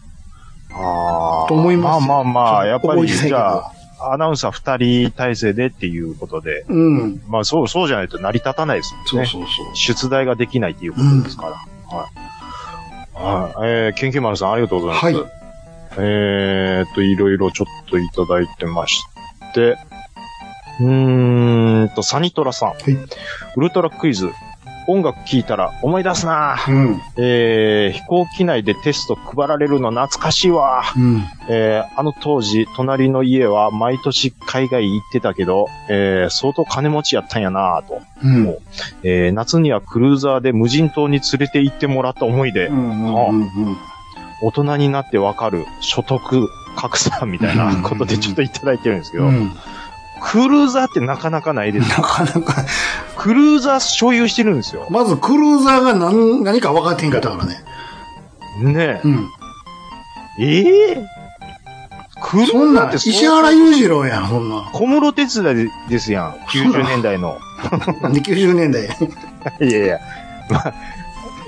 Speaker 2: ああ。
Speaker 3: と思いますよ
Speaker 2: まあまあまあ、やっぱり、
Speaker 3: 覚えてないけど
Speaker 2: じゃあ、アナウンサー二人体制でっていうことで、
Speaker 3: うん。
Speaker 2: まあそう、そうじゃないと成り立たないですもんね。
Speaker 3: そうそうそう。
Speaker 2: 出題ができないっていうことですから。はい。はい。えー、研究丸さんありがとうございます。
Speaker 3: はい
Speaker 2: えーっと、いろいろちょっといただいてまして、うーんと、サニトラさん。
Speaker 3: い
Speaker 2: ウルトラクイズ。音楽聴いたら思い出すなぁ
Speaker 3: うん。
Speaker 2: えー、飛行機内でテスト配られるの懐かしいわぁ
Speaker 3: うん。
Speaker 2: えーあの当時、隣の家は毎年海外行ってたけど、えー相当金持ちやったんやなぁと。
Speaker 3: うん。
Speaker 2: えー夏にはクルーザーで無人島に連れて行ってもらった思いで
Speaker 3: う、んうんうん
Speaker 2: 大人になってわかる所得格差みたいなことでちょっといただいてるんですけ
Speaker 3: う
Speaker 2: ど、
Speaker 3: ん。
Speaker 2: クルーザーってなかなかないですよ。
Speaker 3: なかなか、
Speaker 2: クルーザー所有してるんですよ。
Speaker 3: まずクルーザーが何、何か分かってへんかったからね。
Speaker 2: ね
Speaker 3: うん。
Speaker 2: え。ええクル
Speaker 3: そ
Speaker 2: ー
Speaker 3: ん
Speaker 2: ザーっ
Speaker 3: なん、
Speaker 2: てそ
Speaker 3: 石原裕次郎やん、そんなん。
Speaker 2: 小室哲也ですやん。90年代の。
Speaker 3: なんで90年代や
Speaker 2: いやいや、まあ、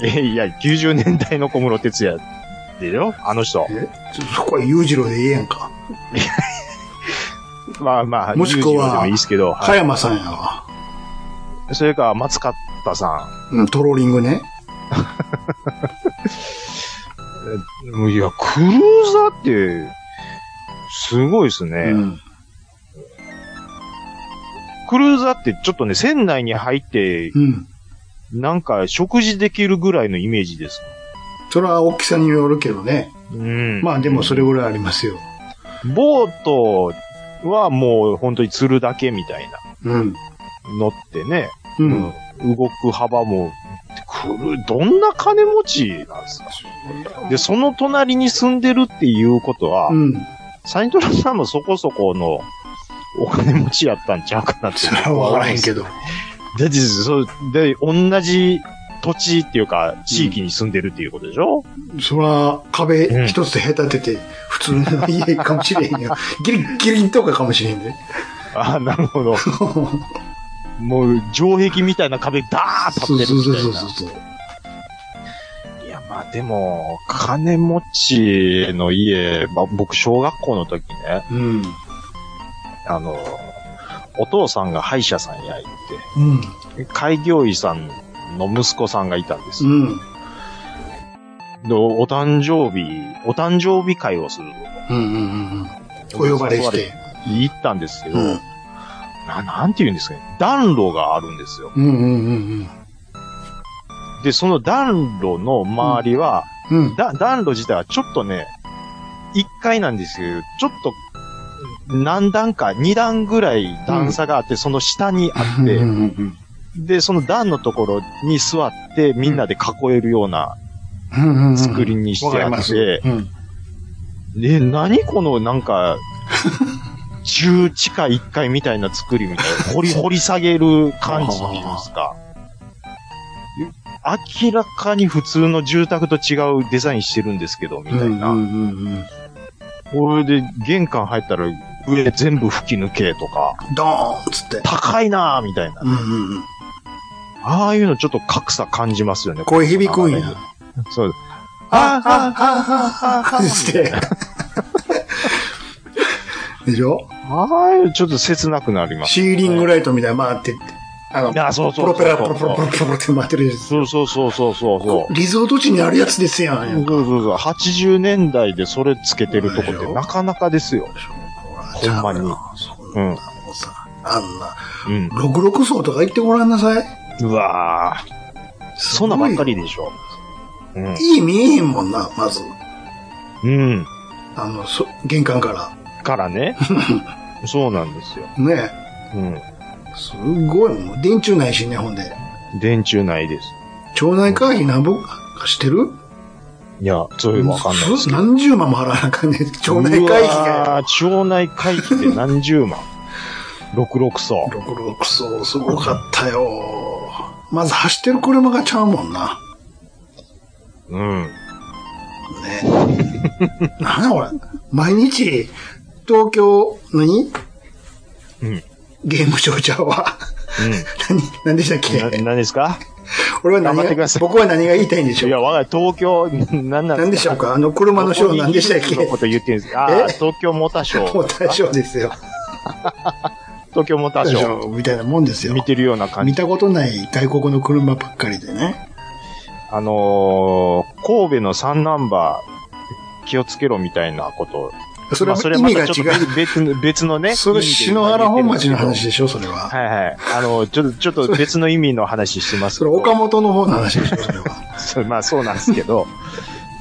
Speaker 2: えいや、90年代の小室哲也でよ、あの人。
Speaker 3: えちょそこは裕次郎でええやんか。
Speaker 2: まあまあ、
Speaker 3: もしく
Speaker 2: 裕
Speaker 3: は
Speaker 2: 次郎でもいいですけど、は
Speaker 3: 加山さんやわ。
Speaker 2: いそれか、松方さ
Speaker 3: うん、トローリングね。
Speaker 2: ん。もういや、クルーザーって、すごいですね、
Speaker 3: うん。
Speaker 2: クルーザーってちょっとね、船内に入って、
Speaker 3: うん。
Speaker 2: なんか食事できるぐらいのイメージです。
Speaker 3: それは大きさによるけどね。
Speaker 2: うん。
Speaker 3: まあでもそれぐらいありますよ。
Speaker 2: ボートはもう本当に釣るだけみたいな
Speaker 3: うん。
Speaker 2: のってね。
Speaker 3: うん。
Speaker 2: 動く幅も、くる、どんな金持ちなんですかで、その隣に住んでるっていうことは、
Speaker 3: うん。
Speaker 2: サニトラさんもそこそこのお金持ちやったんちゃうかなって。
Speaker 3: それは分からへんけど。
Speaker 2: で、でそう、で、同じ土地っていうか、地域に住んでるっていうことでしょ、
Speaker 3: そら、壁一つ隔てて、普通の家かもしれへんよ。ギリギリとかかもしれへんで。
Speaker 2: ああ、なるほど。もう、城壁みたいな壁、ダーッ立
Speaker 3: そう
Speaker 2: ってる
Speaker 3: そう
Speaker 2: みたい
Speaker 3: そ
Speaker 2: な。
Speaker 3: うそうそう。
Speaker 2: いや、まあでも、金持ちの家、まあ僕、小学校の時ね、
Speaker 3: うん。
Speaker 2: あの、お父さんが歯医者さんやい
Speaker 3: うん。
Speaker 2: て、開業医さんの息子さんがいたんです。
Speaker 3: うん。
Speaker 2: でおお誕生日、お誕生日会をする
Speaker 3: うんうんうんうん。お呼ばれして。
Speaker 2: と行ったんですけど、
Speaker 3: うん。
Speaker 2: ななんて言うんですかね、暖炉があるんですよ。
Speaker 3: うんうんうん
Speaker 2: で、その暖炉の周りは、
Speaker 3: うん。うん。
Speaker 2: だ暖炉自体はちょっとね、一階なんですけど、ちょっと、何段か、二段ぐらい段差があって、その下にあって、
Speaker 3: うんうんうん
Speaker 2: で、その段のところに座って、みんなで囲えるような
Speaker 3: うんうんうん。
Speaker 2: 作りにしてあ
Speaker 3: わかりま
Speaker 2: っ
Speaker 3: す
Speaker 2: て、
Speaker 3: うん。
Speaker 2: え、何このなんか、10地下1階みたいな作りみたいな、掘り、掘り下げる感じっていうんですか。明らかに普通の住宅と違うデザインしてるんですけど、みたいな。
Speaker 3: うんうんうんうん。
Speaker 2: これで玄関入ったら上全部吹き抜けとか、
Speaker 3: ドーンっつって。
Speaker 2: 高いなぁみたいな。
Speaker 3: うんうんうん。
Speaker 2: ああいうのちょっと格差感じますよね。
Speaker 3: 声響くんや。
Speaker 2: そう。
Speaker 3: あ、
Speaker 2: あ
Speaker 3: あ、あ、あ、あ、して。でしょ
Speaker 2: あ、ああいうのちょっと切なくなります。
Speaker 3: シーリングライトみたいな回ってって。あの、
Speaker 2: あそうそうそ
Speaker 3: プロ
Speaker 2: う
Speaker 3: ペラ、プロペラ、プロペラプロペラって回ってるやつ。
Speaker 2: そうそうそうそうそうそう。
Speaker 3: リゾート地にあるやつですやん。
Speaker 2: そうそうそう。80年代でそれつけてるとこってなかなかですよ。ほんまに
Speaker 3: そん
Speaker 2: う
Speaker 3: なも
Speaker 2: ん
Speaker 3: んさ、あんな、
Speaker 2: うん。
Speaker 3: 66層とか行ってごらんなさい。
Speaker 2: うわぁ。
Speaker 3: す
Speaker 2: そ
Speaker 3: ご
Speaker 2: ん
Speaker 3: い
Speaker 2: なばっかりでしょ。うん。
Speaker 3: いい見えへんもんな、まず。
Speaker 2: うん。
Speaker 3: あの、そ玄関か
Speaker 2: から ね。そうなんですよ。
Speaker 3: ら。ね
Speaker 2: うん。
Speaker 3: すごい、もう、電柱ないしね、ほんで。
Speaker 2: 電柱ないです。
Speaker 3: 町内会費なんぼかしてる
Speaker 2: いや、それわかんないですけど。
Speaker 3: 何十万も払わなあかんねん町内会費が。
Speaker 2: が。町内会費で何十 万。66層。
Speaker 3: 66層、すごかったよ。まず走ってる車がちゃうもんな。
Speaker 2: うん。
Speaker 3: ね。なんやこれ。毎日、東京、何
Speaker 2: うん。
Speaker 3: ゲームショーちゃうわ。 何、何でしたっ
Speaker 2: うん。な、
Speaker 3: け
Speaker 2: 何です か
Speaker 3: 俺は何
Speaker 2: 頑張ってく
Speaker 3: が
Speaker 2: ださい
Speaker 3: 僕は何が言いたいんでし
Speaker 2: い
Speaker 3: ょう
Speaker 2: や、我が東京、何なん
Speaker 3: 何でしょうかあの車のショー何でしたっ
Speaker 2: ど
Speaker 3: け
Speaker 2: こにのこと言ってるんですかああ、
Speaker 3: え
Speaker 2: 東京モーターショ ー。
Speaker 3: もう大将ですよ。
Speaker 2: 東京モーター
Speaker 3: 大
Speaker 2: ショ
Speaker 3: 将みたいなもんです
Speaker 2: ー。
Speaker 3: よ。
Speaker 2: 見てるような感
Speaker 3: 見
Speaker 2: じ。
Speaker 3: たことない外国の車ばっかりでね。
Speaker 2: あのー、神戸の3ナンバー、気をつけろみたいなこと。
Speaker 3: そ
Speaker 2: ま
Speaker 3: れは
Speaker 2: あそれ
Speaker 3: 意味が
Speaker 2: またちょっ
Speaker 3: 違う。
Speaker 2: と別の、別のね。
Speaker 3: それ
Speaker 2: 意味で
Speaker 3: 篠原本町の
Speaker 2: 言
Speaker 3: 話
Speaker 2: ってるんです
Speaker 3: でしょそれは。
Speaker 2: けど。はいはい。あの、ちょっと、ちょっと別の意味の話してます
Speaker 3: そ
Speaker 2: け
Speaker 3: れ
Speaker 2: ど。
Speaker 3: 岡本の方の話でしょそれ は。
Speaker 2: そうまあそうなんですけど、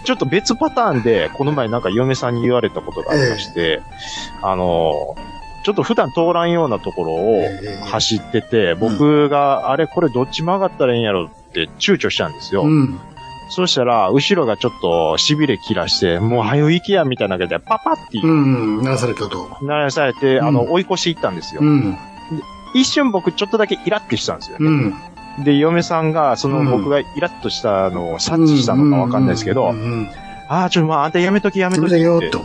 Speaker 2: ちょっと別パターンで、この前なんか嫁さんに言われたことがありまして、あの、ちょっと普段通らんようなところを
Speaker 3: ええ
Speaker 2: 走ってて、僕が、あれこれどっち曲がったらいいんやろって躊躇したんですよ。
Speaker 3: うん。
Speaker 2: そうしたら、後ろがちょっと痺れ切らして、もう早行きやみたいな感じで、パパって
Speaker 3: うん。流されたと。
Speaker 2: 鳴らされて、
Speaker 3: うん
Speaker 2: あの、追い越していったんですよ。
Speaker 3: うん。
Speaker 2: 一瞬僕ちょっとだけイラッてしたんですよね。
Speaker 3: うん。
Speaker 2: で、嫁さんが、その僕がイラッとしたのを察知したのかわかんないですけど、
Speaker 3: うんうん。
Speaker 2: ああ、ちょっとまあ、あんたやめときやめ
Speaker 3: そ
Speaker 2: と
Speaker 3: れ
Speaker 2: きっ
Speaker 3: だよ
Speaker 2: て
Speaker 3: と。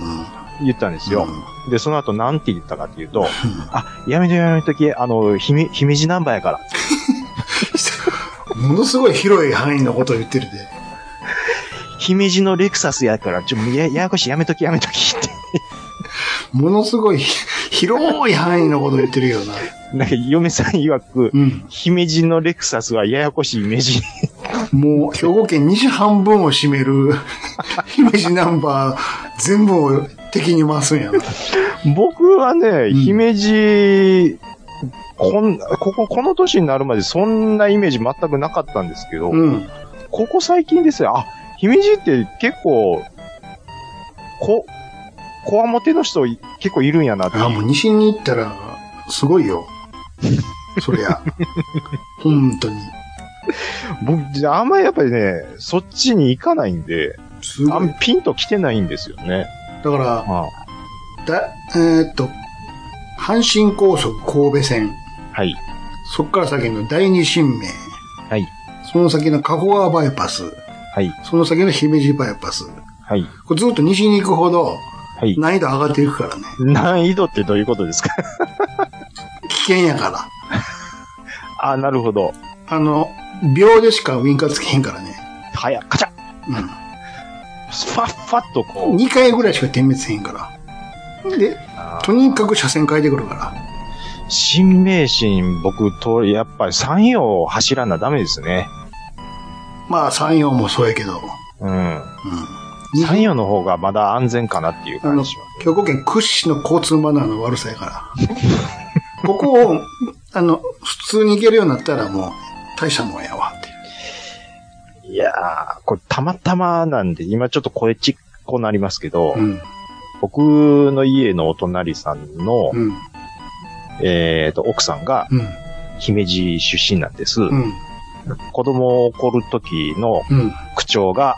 Speaker 2: 言ったんです
Speaker 3: う
Speaker 2: よ。
Speaker 3: ん
Speaker 2: で、その後なんて言ったかっていうと、あ、やめときやめとき、あの、姫、姫路ナンバーやから。
Speaker 3: ものすごい広い範囲のことを言ってるで。
Speaker 2: 姫路のレクサスやから、ちょっとやややこしいやめときやめときって。
Speaker 3: ものすごいひ広い範囲のことを言ってるよな。
Speaker 2: なんか、嫁さん曰く、
Speaker 3: うん。
Speaker 2: 姫路のレクサスはややこしいイメージ。
Speaker 3: もう、兵庫県西半分を占める、 姫路ナンバー、全部を敵に回すんやな。
Speaker 2: 僕はね、
Speaker 3: ん
Speaker 2: 姫路、こん、ここ、この年になるまでそんなイメージ全くなかったんですけど、
Speaker 3: うん。
Speaker 2: ここ最近ですよ。あ、姫路って結構、こ、こわもての人い結構いるんやなっていう。
Speaker 3: あ、もう西に行ったら、すごいよ。そりゃ。本当に。
Speaker 2: 僕、じゃああんまりやっぱりね、そっちに行かないんで、
Speaker 3: すご
Speaker 2: あ
Speaker 3: い。
Speaker 2: んピンと来てないんですよね。
Speaker 3: だから、
Speaker 2: あ
Speaker 3: だ、えーっと、阪神高速神戸線、
Speaker 2: はい。
Speaker 3: そっから先の第二神明、
Speaker 2: はい。
Speaker 3: その先の加古川バイパス、
Speaker 2: はい。
Speaker 3: その先の姫路バイパス。
Speaker 2: はい。
Speaker 3: これずっと西に行くほど、
Speaker 2: はい。
Speaker 3: 難易度上がっていくからね。
Speaker 2: 難易度ってどういうことですか
Speaker 3: 危険やから。
Speaker 2: あ、なるほど。
Speaker 3: あの、秒でしかウィンカーつけへんからね。
Speaker 2: はや、カチャッファッファッと
Speaker 3: う
Speaker 2: こう。
Speaker 3: ん。2回ぐらいしか点滅せへんから。で、とにかく車線変えてくるから。
Speaker 2: 新名神、僕と、やっぱり山陽を走らなダメですね。
Speaker 3: まあ、山陽もそうやけど。
Speaker 2: うん。
Speaker 3: うん。
Speaker 2: 山陽の方がまだ安全かなっていう
Speaker 3: あ
Speaker 2: 感
Speaker 3: の、
Speaker 2: じ
Speaker 3: 兵
Speaker 2: は。
Speaker 3: 庫県屈指の交通マナーの悪さやから。ここを、あの、普通に行けるようになったらもう、大したもんやわっていう。
Speaker 2: いやー、これたまたまなんで、今ちょっと声ちっこなりますけど、
Speaker 3: うん。
Speaker 2: 僕の家のお隣さんの、
Speaker 3: うん。
Speaker 2: えっ、と、奥さんが
Speaker 3: うん。
Speaker 2: 姫路出身なんです。
Speaker 3: うん。
Speaker 2: 子供を怒る時の
Speaker 3: うん。
Speaker 2: 口調が、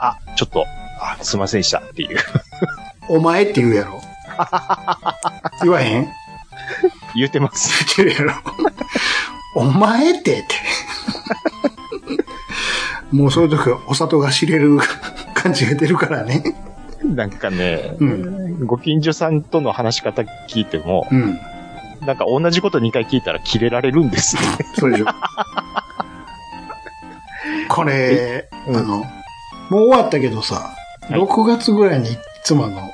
Speaker 2: あ、ちょっと、あ、すいませんでしたっていう、
Speaker 3: お前って言うやろ。言わへん
Speaker 2: 言うてます。
Speaker 3: 言ってるやろ。お前ってって。もうそういう時はお里が知れる感じが出るからね。
Speaker 2: なんかね、
Speaker 3: うん。
Speaker 2: ご近所さんとの話し方聞いても、
Speaker 3: うん。
Speaker 2: なんか同じこと2回聞いたらキレられるんです。
Speaker 3: そうでしょ。これ、
Speaker 2: うん
Speaker 3: あの、もう終わったけどさ、
Speaker 2: はい
Speaker 3: 6月ぐらいに妻の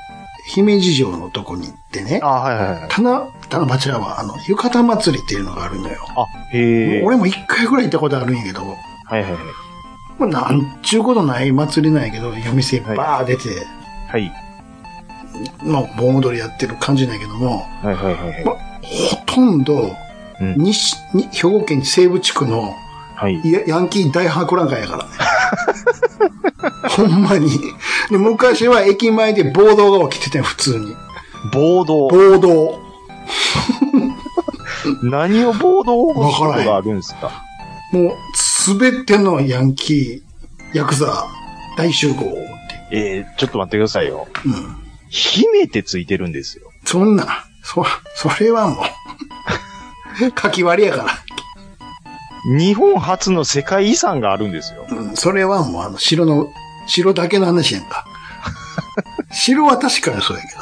Speaker 3: 姫路城のとこに行ってね、
Speaker 2: あ、はいはいはい。
Speaker 3: 七七町屋はあの、浴衣祭りっていうのがあるのよ。
Speaker 2: あ、へえ。
Speaker 3: 俺も一回ぐらい行ったことあるんやけど、
Speaker 2: はいはいはい。
Speaker 3: もうなんちゅうことない祭りなんやけど、夜店バー出て、
Speaker 2: はい。
Speaker 3: の盆踊りやってる感じなんやけども、
Speaker 2: はいはいはいはい。
Speaker 3: まほとんど、
Speaker 2: うん
Speaker 3: 西、に兵庫県西部地区の
Speaker 2: はい。
Speaker 3: ヤヤンキー大博覧会やからね。 ほんまに。で昔は駅前で暴動が起きてて普通に。
Speaker 2: 暴動。
Speaker 3: 暴動。
Speaker 2: 何を暴動を起こすことがあるんですか
Speaker 3: もう、すべてのヤンキー、ヤクザ、大集合って。
Speaker 2: えー、ちょっと待ってくださいよ。
Speaker 3: うん。
Speaker 2: 姫ってついてるんですよ。
Speaker 3: そんな、そ、それはもう、 かき割りやから。
Speaker 2: 日本初の世界遺産があるんですよ。
Speaker 3: うん、それはもうあの、城の、城だけの話やん か。城は確かにそうやけ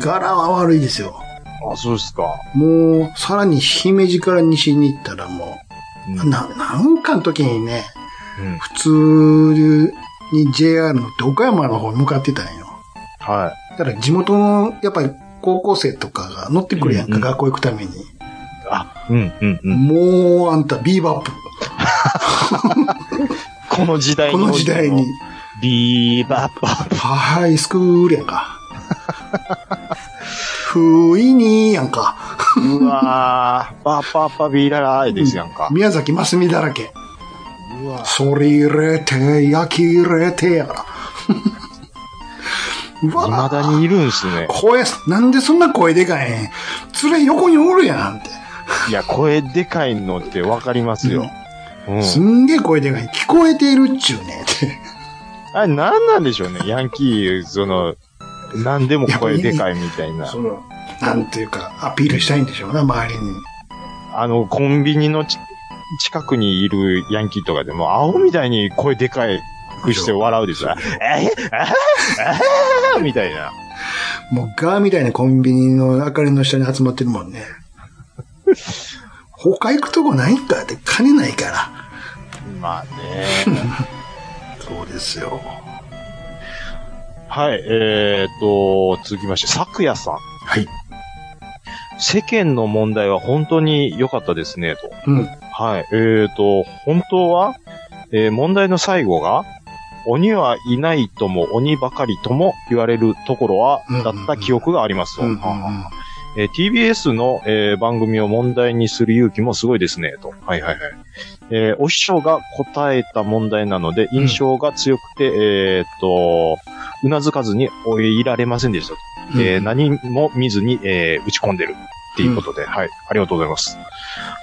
Speaker 3: ど。柄は悪いですよ。
Speaker 2: あ、そうですか。
Speaker 3: もう、さらに姫路から西に行ったらも
Speaker 2: うん
Speaker 3: う、な、なんかの時にね、
Speaker 2: うん
Speaker 3: 普通に JR 乗って岡山の方に向かってたんよ。
Speaker 2: は
Speaker 3: だから地元の、やっぱり高校生とかが乗ってくるやん
Speaker 2: う
Speaker 3: か、
Speaker 2: んうん
Speaker 3: 学校行くために。
Speaker 2: い。あ、うん、うん、うん。
Speaker 3: もう、あんた、ビーバップ。
Speaker 2: この時代
Speaker 3: こ
Speaker 2: に。
Speaker 3: の時代に。。
Speaker 2: ビーバッバッ。
Speaker 3: ハイスクールやんか。 ふいにやんか。
Speaker 2: うわー。バッバッバビーララーですやんか。
Speaker 3: 宮崎ますみだらけ。
Speaker 2: うわ
Speaker 3: そりれて、焼きれてやから。うわ
Speaker 2: 未だにいるんすね。
Speaker 3: 声、なんでそんな声でかいん連れ横におるやんって。
Speaker 2: いや、声でかいのってわかりますよ。うん。
Speaker 3: すんげえ声でかい。聞こえているっちゅうね って。
Speaker 2: あれ、なんなんでしょうね。ヤンキー、その、なんでも声でかいみたいな。
Speaker 3: その、なんていうか、アピールしたいんでしょうな、周りに。
Speaker 2: あの、コンビニのち近くにいるヤンキーとかでも、青みたいに声でかいくして笑うでしょ。えええみたいな。
Speaker 3: もうガーみたいなコンビニの明かりの下に集まってるもんね。他行くとこないんかって金ないから。
Speaker 2: まあね。
Speaker 3: そうですよ。
Speaker 2: はい、えー、と、続きまして、昨夜さん。
Speaker 3: はい。
Speaker 2: 世間の問題は本当に良かったですね、と。
Speaker 3: うん。
Speaker 2: はい。えーと、本当は、えー問題の最後が、鬼はいないとも鬼ばかりとも言われるところは
Speaker 3: うんうん、
Speaker 2: だ
Speaker 3: うん
Speaker 2: った記憶がありますと。
Speaker 3: うんうんうん
Speaker 2: えー TBS の、えー番組を問題にする勇気もすごいですね、と。はいはいはい。えーお師匠が答えた問題なので、印象が強くて、えーっと、うなずかずに追いられませんでしたと。えー
Speaker 3: うん
Speaker 2: 何も見ずに、えー打ち込んでる。っていうことで、はい。ありがとうございます。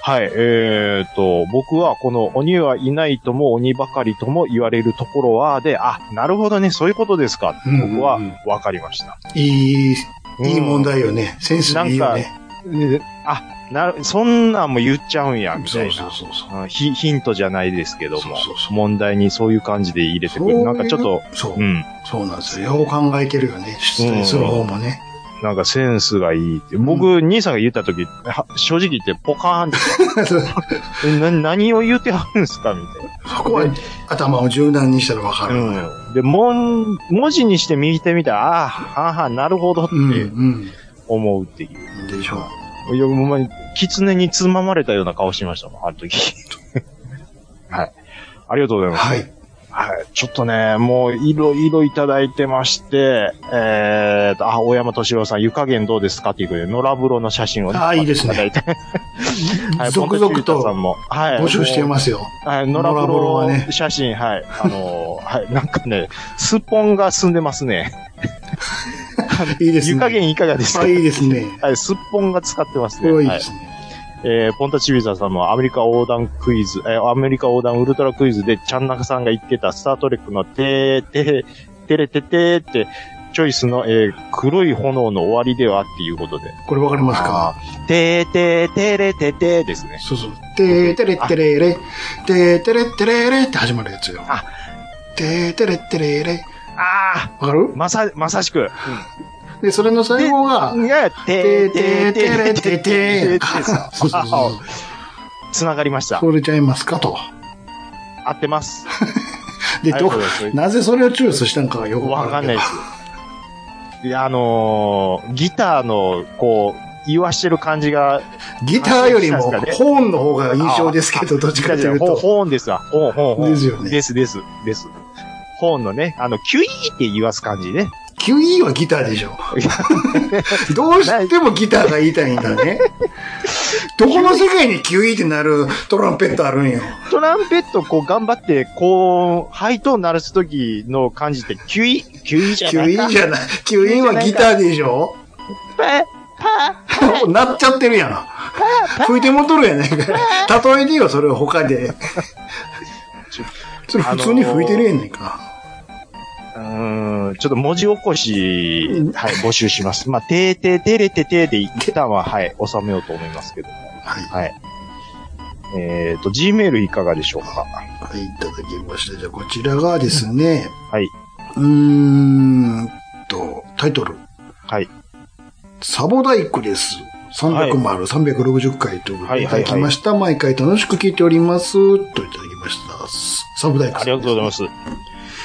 Speaker 2: はい。えーっと、僕はこの鬼はいないとも鬼ばかりとも言われるところは、で、あ、なるほどね、そういうことですか。
Speaker 3: うんうん
Speaker 2: 僕はわかりました。
Speaker 3: いい、いい問
Speaker 2: 題
Speaker 3: 題よね。センスいいよね。
Speaker 2: であ、なる、そんなんも言っちゃうんや、みた
Speaker 3: そ
Speaker 2: いうな。
Speaker 3: そうそうそう。
Speaker 2: うんヒヒントじゃないですけども
Speaker 3: そうそうそう
Speaker 2: 問題にそういう感じで入れてく
Speaker 3: そうい
Speaker 2: る。
Speaker 3: う
Speaker 2: なんかちょっと、
Speaker 3: そう、
Speaker 2: うん。
Speaker 3: そうなんですよ。よう考えてるよね。出演する方もね。
Speaker 2: なんかセンスがいいって。僕、兄さんが言った時、は正直言ってポカーンって えな、何を言ってはるんですかみたいな。
Speaker 3: そこは頭を柔軟にしたらわかる。うん、
Speaker 2: うん。で、文、文字にして右手見たら、ああ、はあはあ、なるほどって
Speaker 3: うん、
Speaker 2: 思うっていう。
Speaker 3: でしょう。
Speaker 2: いや、ほんまに、狐につままれたような顔しましたもん、ある 時。はい。ありがとうございます。
Speaker 3: はい。
Speaker 2: はい。ちょっとね、もういろいろいただいてまして、えーと、あ、大山敏郎さん、湯加減どうですかっていうことで、野良風呂の写真を
Speaker 3: あーいいですね
Speaker 2: いただいて。はい
Speaker 3: 続々と
Speaker 2: ポンチュータさんも、はい。
Speaker 3: 募集して
Speaker 2: す。
Speaker 3: ますよ。
Speaker 2: はい、野良風呂の写真、はい。あのー、はい、なんかね、スポンが進んでますね。
Speaker 3: いいですね。
Speaker 2: 湯加減いかがですか
Speaker 3: あ、いいですね。
Speaker 2: はい、すっぽんが使ってます
Speaker 3: こ
Speaker 2: ね。
Speaker 3: れはいい
Speaker 2: は
Speaker 3: で
Speaker 2: い
Speaker 3: すね。
Speaker 2: えー、ポンタチビザさんもアメリカ横断クイズ、えーアメリカ横断ウルトラクイズで、チャンナカさんが言ってたスタートレックのてーてー、てれててーって、チョイスの、えー黒い炎の終わりではっていうことで。
Speaker 3: これわかりますか
Speaker 2: てーてー、てれててーですね。
Speaker 3: そうそう。てーてれってれれ、てーてれってれれって始まるやつよ。
Speaker 2: あ
Speaker 3: てーてれってれれ。
Speaker 2: あ
Speaker 3: わかる
Speaker 2: ー、まさ、まさしく。
Speaker 3: で、それの最後が、
Speaker 2: いや、て
Speaker 3: て
Speaker 2: ー
Speaker 3: ー
Speaker 2: てー、
Speaker 3: てー
Speaker 2: て
Speaker 3: て
Speaker 2: れ
Speaker 3: れ
Speaker 2: て
Speaker 3: て
Speaker 2: てー
Speaker 3: て
Speaker 2: です。
Speaker 3: そうそうそうそう。
Speaker 2: つながりました。
Speaker 3: それちゃいますかと。
Speaker 2: 合ってます。
Speaker 3: で、ど
Speaker 2: ありがとうございます
Speaker 3: なぜそれをチョイスしたのかがよく
Speaker 2: わかんないで
Speaker 3: け
Speaker 2: す。いや、あのーギターの、こう、言わしてる感じが、
Speaker 3: ど。ギターよりも、
Speaker 2: あそうですか
Speaker 3: ホーンの方が印象ですけど、どっちかというと。
Speaker 2: ホーンですわ。ホーン、ホーン、ホーン。
Speaker 3: ですよね
Speaker 2: です、です、です。ホーンのね、あの、キュイーって言わす感じね。
Speaker 3: QE はギターでしょ。どうしてもギターが言いたいんだ ね。どこの世界に QE ってなるトランペットあるんよ。
Speaker 2: トランペットこう頑張って、こう、ハイトーン鳴らす時の感じって、キュイ、キュイじゃない
Speaker 3: QE
Speaker 2: か。
Speaker 3: じゃない。QE はギターでしょ。
Speaker 2: パ
Speaker 3: なっちゃってるやん。吹いてもとるやないか。例えでよ、それを他で。それ普通に吹いてるやないか。
Speaker 2: うーん、ちょっと文字起こし、はい、募集します。まあ、てーてーてれててーで一旦は、はい、収めようと思いますけども。
Speaker 3: はい
Speaker 2: はい。えっ、と、Gmail いかがでしょうか
Speaker 3: はい、いただきました。じゃあ、こちらがですね、
Speaker 2: はい。
Speaker 3: うーんと、タイトル。
Speaker 2: はい。
Speaker 3: サボダイクです。300丸、360回ということ
Speaker 2: は
Speaker 3: で
Speaker 2: い
Speaker 3: い
Speaker 2: はいは
Speaker 3: た
Speaker 2: い
Speaker 3: だきました。毎回楽しく聞いております。といただきました。サボダイク
Speaker 2: あ
Speaker 3: さん
Speaker 2: りがとうございます。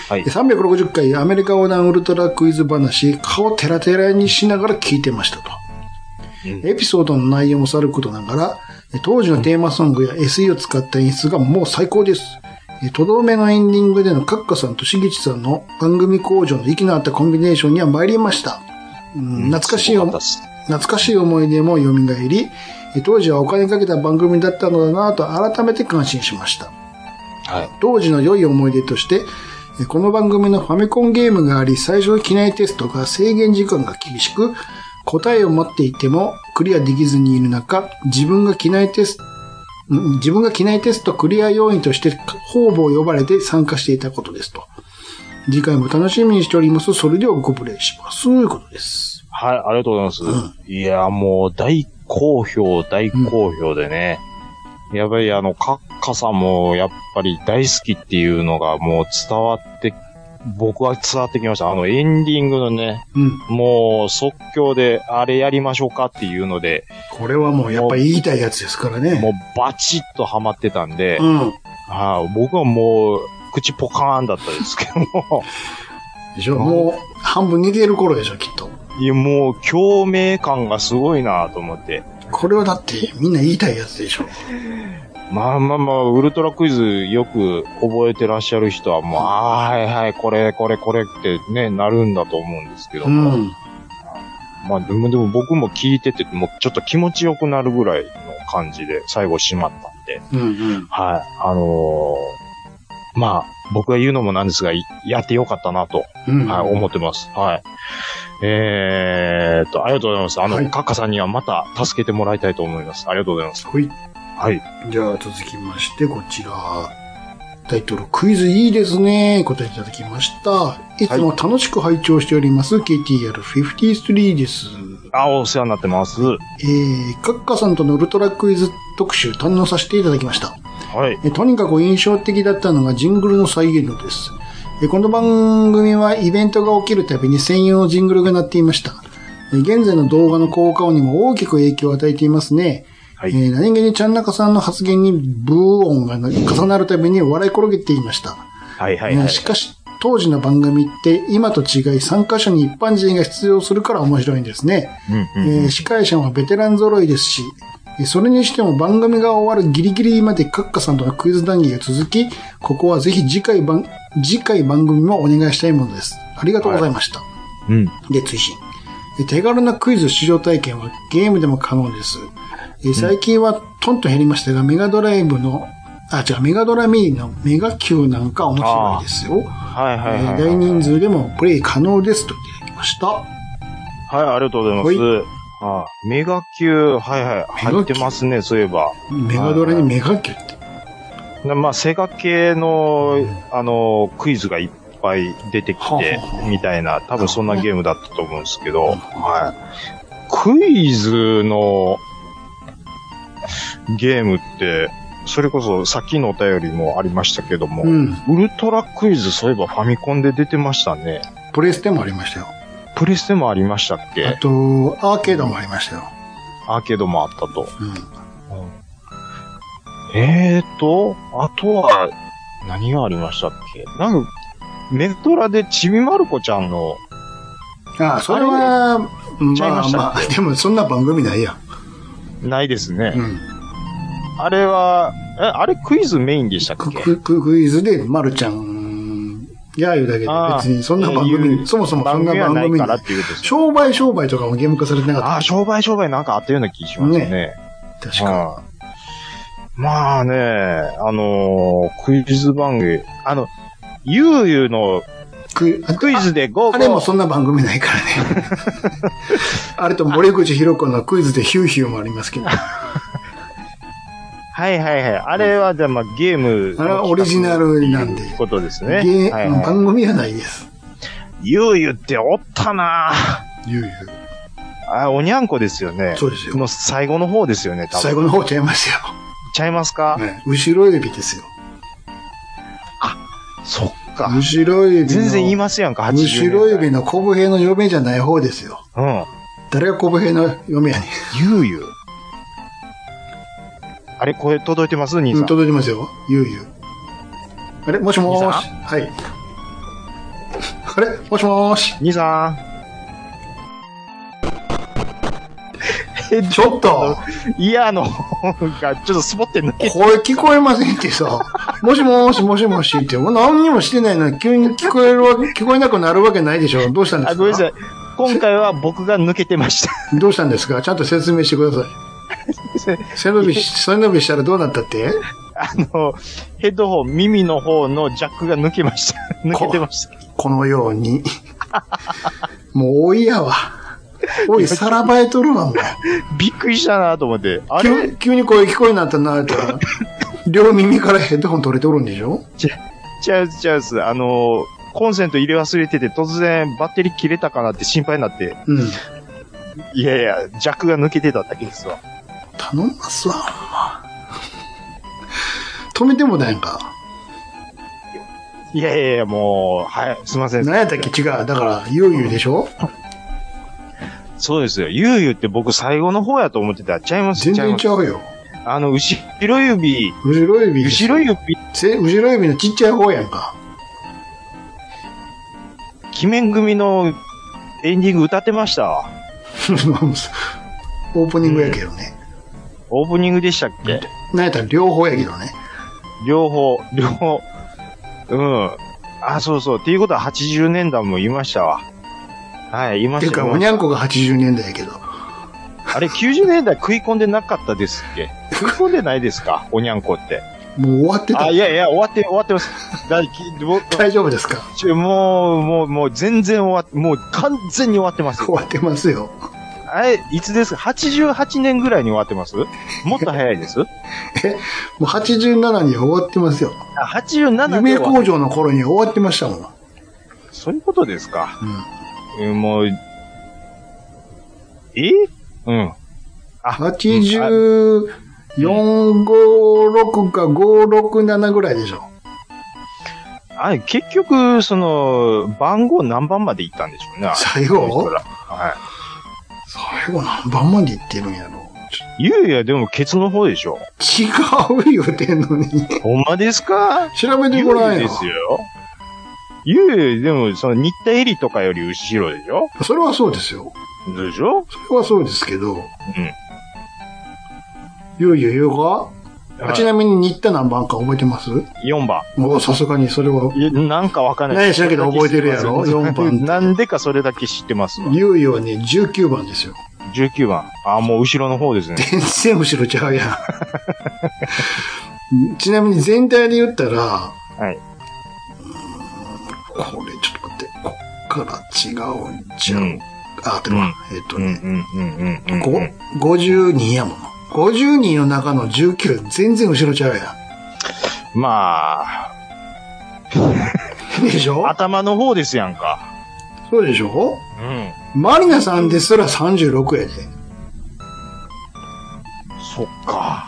Speaker 3: で360回アメリカ横断ウルトラクイズ話、顔テラテラにしながら聞いてましたと。
Speaker 2: うん
Speaker 3: エピソードの内容もさることながら、え当時のテーマソングや SE を使った演出がもう最高です。えとどめのエンディングでのカッカさんとしげちさんの番組工場の息の合ったコンビネーションには参りました。うん、懐かしい
Speaker 2: よ
Speaker 3: 思い懐かしい思い出も蘇り、え当時はお金かけた番組だったのだなぁと改めて感心しました。
Speaker 2: はい。
Speaker 3: 当時の良い思い出として、えこの番組のファミコンゲームがあり、最初の機内テストが制限時間が厳しく、答えを待っていてもクリアできずにいる中、自分が機内テスト、ん自分が機内テストクリア要員として方々呼ばれて参加していたことですと。次回も楽しみにしております。それではごプレイします。ということです。
Speaker 2: はい、ありがとうございます。いや、もう、大好評、大好評でね。やっぱり、あの、カッカさんも、やっぱり大好きっていうのが、もう伝わって、僕は伝わってきました。あの、エンディングのね、
Speaker 3: うん。
Speaker 2: もう、即興で、あれやりましょうかっていうので、
Speaker 3: これはもうやっぱり言いたいやつですからね。
Speaker 2: もう、バチッとハマってたんで、
Speaker 3: うん。
Speaker 2: はい僕はもう、口ポカーンだったですけども。
Speaker 3: でしょもう半分似ている頃でしょ、きっと。
Speaker 2: いや、もう、共鳴感がすごいなと思って。
Speaker 3: これはだってみんな言いたいやつでしょ。
Speaker 2: まあまあまあ、ウルトラクイズよく覚えてらっしゃる人はもう、ああ、はいはい、これ、これ、これってね、なるんだと思うんですけど
Speaker 3: う
Speaker 2: も。
Speaker 3: ん。
Speaker 2: まあ、でもでも僕も聞いてて、もうちょっと気持ちよくなるぐらいの感じで最後閉まったんで。
Speaker 3: うんうん。
Speaker 2: はい。あのーまあ、僕が言うのもなんですが、いやってよかったなと、
Speaker 3: うん。
Speaker 2: はい、思ってます。はい。えーっと、ありがとうございます。あの、
Speaker 3: はい
Speaker 2: カッカさんにはまた助けてもらいたいと思います。ありがとうございます。
Speaker 3: はい。
Speaker 2: はい。
Speaker 3: じゃあ続きまして、こちら。タイトル、クイズいいですね。答えいただきました。いつも楽しく拝聴しております。KTR53 です。
Speaker 2: あ、お世話になってます。は
Speaker 3: えー、カッカさんとのウルトラクイズ特集堪能させていただきました。
Speaker 2: い。
Speaker 3: えとにかく印象的だったのがジングルの再現度です。えこの番組はイベントが起きるたびに専用のジングルが鳴っていました。え現在の動画の効果音にも大きく影響を与えていますね。
Speaker 2: はい
Speaker 3: えー何気にちゃんなかさんの発言にブー音が重なるたびに笑い転げていました。
Speaker 2: はいはいはい。
Speaker 3: えーしかし、当時の番組って今と違い参加者に一般人が出場するから面白いんですね。
Speaker 2: うんうん
Speaker 3: えー司会者はベテラン揃いですし、えーそれにしても番組が終わるギリギリまでカッカさんとのクイズ談義が続き、ここはぜひ次回番、次回番組もお願いしたいものです。ありがとうございました。
Speaker 2: うん。
Speaker 3: で、追伸。えー手軽なクイズ出場体験はゲームでも可能です。えー最近はトンと減りましたが、メガドライブの、あ、違う、メガドラミニのメガ Q なんか面白いですよ。
Speaker 2: はい
Speaker 3: え
Speaker 2: はいはい、は
Speaker 3: ー
Speaker 2: い。
Speaker 3: 大人数でもプレイ可能ですといただきました。
Speaker 2: はい、ありがとうございます。あメガ級、はいはい、
Speaker 3: メガ級
Speaker 2: 入ってますね、そういえば。
Speaker 3: メガドラにメガ Q って。
Speaker 2: なまあ、セガ系の、あの、クイズがいっぱい出てき
Speaker 3: は
Speaker 2: て
Speaker 3: あは、
Speaker 2: みたいな、多分そんなゲームだったと思うんですけど、はい。クイズのゲームって、それこそさっきのお便りもありましたけども、
Speaker 3: うん。
Speaker 2: ウルトラクイズ、そういえばファミコンで出てましたね。
Speaker 3: プレステもありましたよ。
Speaker 2: プレステもありましたっけ
Speaker 3: あと、アーケードもありましたよ。
Speaker 2: アーケードもあったと。
Speaker 3: うん。
Speaker 2: えーと、あとは、何がありましたっけなんか、メトラでちびまる子ちゃんの、
Speaker 3: ああ、それは、
Speaker 2: ちゃい
Speaker 3: ま
Speaker 2: ま
Speaker 3: あ
Speaker 2: した
Speaker 3: まあ、でもそんな番組ないやん。
Speaker 2: ないですね。
Speaker 3: うん。
Speaker 2: あれは、え、あれクイズメインでしたっ
Speaker 3: ク
Speaker 2: け
Speaker 3: クククイズで、まるちゃん、やいうだけで、
Speaker 2: ああ
Speaker 3: 別にそんな番
Speaker 2: えーい
Speaker 3: 組、
Speaker 2: う
Speaker 3: そもそもそんな番
Speaker 2: 番組
Speaker 3: 組
Speaker 2: はないから
Speaker 3: ない
Speaker 2: っていうことです。
Speaker 3: 商売商売とかもゲーム化されてな
Speaker 2: あ
Speaker 3: か
Speaker 2: あ、
Speaker 3: っ
Speaker 2: 商売商売なんかあったような気しますね。
Speaker 3: た。確か。
Speaker 2: うんまあね、あのークイズ番組、あの、ゆうゆうの
Speaker 3: ク
Speaker 2: クイズでゴーゴー
Speaker 3: あれもそんな番組ないか らね。あれと森口博子のクイズでヒューヒューもありますけど。あ
Speaker 2: はいはいはい。あれはじゃあまあゲーム。
Speaker 3: れはオリジナルなん
Speaker 2: という
Speaker 3: で。
Speaker 2: ことですね。
Speaker 3: ゲー
Speaker 2: はいはい
Speaker 3: 番組はないです。
Speaker 2: ゆうゆっておったなぁ
Speaker 3: ゆうゆう。
Speaker 2: あ、おにゃんこですよね。
Speaker 3: そうですよ。
Speaker 2: の最後の方ですよね、多分。
Speaker 3: 最後の方ちゃいますよ。
Speaker 2: ちゃいますか、
Speaker 3: ね後ろ指ですよ。
Speaker 2: そっか。
Speaker 3: 後ろ指の。
Speaker 2: 全然言いますやんか、80年代
Speaker 3: 後ろ指。のコブ兵の嫁じゃない方ですよ。
Speaker 2: うん。
Speaker 3: 誰がコブ兵の嫁やねん。
Speaker 2: ゆうゆう。あれ、声届いてます兄
Speaker 3: う
Speaker 2: さ
Speaker 3: ん、
Speaker 2: ん。
Speaker 3: 届いてますよ。ゆうゆう。あれもしもーし
Speaker 2: 兄。
Speaker 3: はい。あれもしもーし。
Speaker 2: 兄さん。
Speaker 3: ちょっと、
Speaker 2: いや、あの、 が、ちょっとスボって抜け。
Speaker 3: 声聞こえませんっ てさ。もしもーし、もしもしって。もう何にもしてないのに急に聞こえるわけ、聞こえなくなるわけないでしょ。どうしたんです
Speaker 2: あ、
Speaker 3: か
Speaker 2: ごめんなさい。今回は僕が抜けてました。
Speaker 3: どうしたんですかちゃんと説明してくだ さい。背伸びし、背伸びしたらどうなったって
Speaker 2: あの、ヘッドホン、耳の方のジャックが抜けました。抜けてました。
Speaker 3: このように。もう多いやわ。おい、さらばえとるわ、もう。
Speaker 2: びっくりしたなと思って。 あれ
Speaker 3: 急急に声聞こえになったな、と。両耳からヘッドホン取れておるんでしょ
Speaker 2: ちゃうちゃうす。あの、コンセント入れ忘れてて、突然バッテリー切れたかなって心配になって。
Speaker 3: うん。
Speaker 2: いやいや、ジャックが抜けてただけですわ。
Speaker 3: 頼んますわ、ほんま。止めてもだやんか。
Speaker 2: いやいやいや、もう、はい、すいません。
Speaker 3: 何やったっけ違う。だから、ゆうゆうでしょ
Speaker 2: そうですよ。ゆうゆうって僕最後の方やと思ってた。ちゃいます、
Speaker 3: 全
Speaker 2: ちゃい
Speaker 3: 然
Speaker 2: ま
Speaker 3: ち
Speaker 2: す。
Speaker 3: ゃうよ。
Speaker 2: あの、後ろ指、
Speaker 3: 後ろ指です。
Speaker 2: 後ろ指、
Speaker 3: せ後ろ指のちっちゃい方やんか。
Speaker 2: 鬼面組のエンディング歌ってましたわ。
Speaker 3: オープニングやけどね。
Speaker 2: オープニングでしたっけ
Speaker 3: 何やったら両方やけどね。
Speaker 2: 両方、両方。うん。あ、そうそう。っていうことは80年代もいましたわ。はい、いま
Speaker 3: てい
Speaker 2: し
Speaker 3: う
Speaker 2: た
Speaker 3: か、
Speaker 2: よ
Speaker 3: おにゃんこが80年代やけど。
Speaker 2: あれ、90年代食い込んでなかったですっ け食い込んでないですかおにゃんこって。
Speaker 3: もう終わってた
Speaker 2: あ、い。やいや、終わって、終わってます。だいきもう
Speaker 3: 大丈夫ですか
Speaker 2: ちょもう、もう、もう、全然終わって、もう完全に終わってます。
Speaker 3: 終わってますよ。
Speaker 2: あれ、いつですか ?88 年ぐらいに終わってますもっと早いです
Speaker 3: もう87には終わってますよ。
Speaker 2: あ ?87 年。
Speaker 3: 夢工場の頃には終わってましたもん。
Speaker 2: そういうことですか。
Speaker 3: うん
Speaker 2: えーもう、えうん。
Speaker 3: 84、56か567ぐらいでしょ。
Speaker 2: あれ、結局、その、番号何番まで行ったんでしょうね。
Speaker 3: 最
Speaker 2: あの人
Speaker 3: 後
Speaker 2: らは
Speaker 3: 最後何番までいってるんやろ。
Speaker 2: い。いやいや、でも、ケツの方でしょ。
Speaker 3: 違う言うてんのに。
Speaker 2: ほんまですか
Speaker 3: 調べて
Speaker 2: ゆ
Speaker 3: ごら
Speaker 2: うんで
Speaker 3: よ。
Speaker 2: すよ。ゆうゆう、でも、その、新田エリとかより後ろでしょ
Speaker 3: それはそうですよ。
Speaker 2: でしょ
Speaker 3: それはそうですけど。ゆうゆうゆうかあちなみに新田何番か覚えてます
Speaker 2: ?4 番。
Speaker 3: もうさすがにそれは。
Speaker 2: いやなんかわかんない。
Speaker 3: 何やしなけど覚えてるやろ
Speaker 2: それだ
Speaker 3: 4
Speaker 2: け知ってます
Speaker 3: 番って
Speaker 2: なんでかそれだけ知ってますわ。
Speaker 3: ゆうゆうはね、19番です よ。
Speaker 2: 19番。あ、もう後ろの方ですね。
Speaker 3: 全然後ろちゃうやん。 ちなみに全体で言ったら、
Speaker 2: はい。
Speaker 3: これちょっと待って、こっから違うんじゃ
Speaker 2: うん
Speaker 3: ん。あ、でも、
Speaker 2: うん
Speaker 3: えっと
Speaker 2: うん
Speaker 3: ね、
Speaker 2: うんうんうんうんうん。
Speaker 3: こ52やもの。50人の中の19、全然後ろちゃうや
Speaker 2: まあ、
Speaker 3: ん。でしょ
Speaker 2: 頭の方ですやんか。
Speaker 3: そうでしょ
Speaker 2: うん。
Speaker 3: マリナさんですら36やで。
Speaker 2: そっか。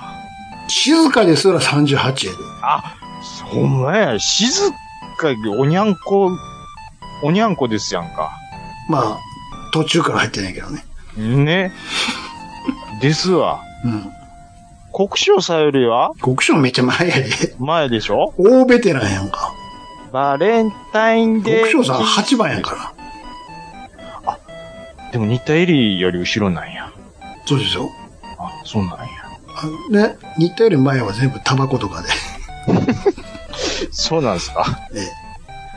Speaker 3: 静香ですら38やで。
Speaker 2: あ、ほんまや。静かにおにゃんこ、おにゃんこですやんか。
Speaker 3: まあ、途 中から入ってないけどね。
Speaker 2: ね。ですわ。
Speaker 3: うん。
Speaker 2: 国章さんよりは
Speaker 3: 国章めっちゃ前やで。
Speaker 2: 前でしょ
Speaker 3: 大ベテランやんか。
Speaker 2: バレンタインデ
Speaker 3: 国
Speaker 2: ー。
Speaker 3: 章さん8番やから。
Speaker 2: でも、新田エリーより後ろなんや。
Speaker 3: そうですよ。
Speaker 2: あ、そうなんや。
Speaker 3: あね、新田より前は全部タバコとかで。
Speaker 2: そうなんですか。
Speaker 3: ええ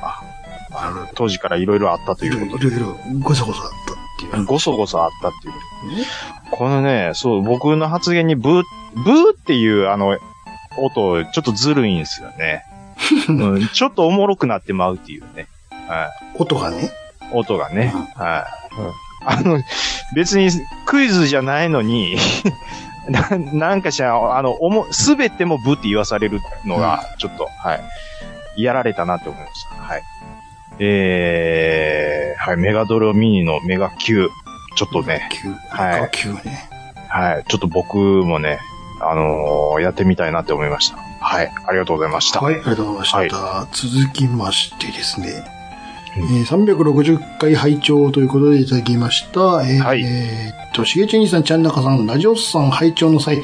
Speaker 2: あの、当時からいろいろあったと
Speaker 3: い
Speaker 2: い
Speaker 3: ろ
Speaker 2: う
Speaker 3: い
Speaker 2: こと
Speaker 3: ろ
Speaker 2: で。
Speaker 3: ごそごそだったっていう。
Speaker 2: ごそごそあったっていう。このね、そう、僕の発言にブー、ブーっていうあの、音、ちょっとずるいんですよね。うん、ちょっとおもろくなってまうっていうね。は
Speaker 3: 音がね。
Speaker 2: い。音がね。はい。あの、別にクイズじゃないのに、 ななんかしら、あの、おも、すべてもブーって言わされるのが、ちょっと、はい。やられたなって思いました。はい。えー、はい、メガドロミニのメガ Q。ちょっとね、
Speaker 3: 急。
Speaker 2: はい
Speaker 3: なんか急ね。
Speaker 2: はい。ちょっと僕もね、あのーやってみたいなって思いました。はい。ありがとうございました。。
Speaker 3: はいい、ありがとうございました。続きましてですね、
Speaker 2: うん
Speaker 3: えー360回拝聴ということでいただきました。えー
Speaker 2: はい
Speaker 3: えーっと、しげちゅんにさん、ちゃんなかさん、ラジオスさん拝聴の際、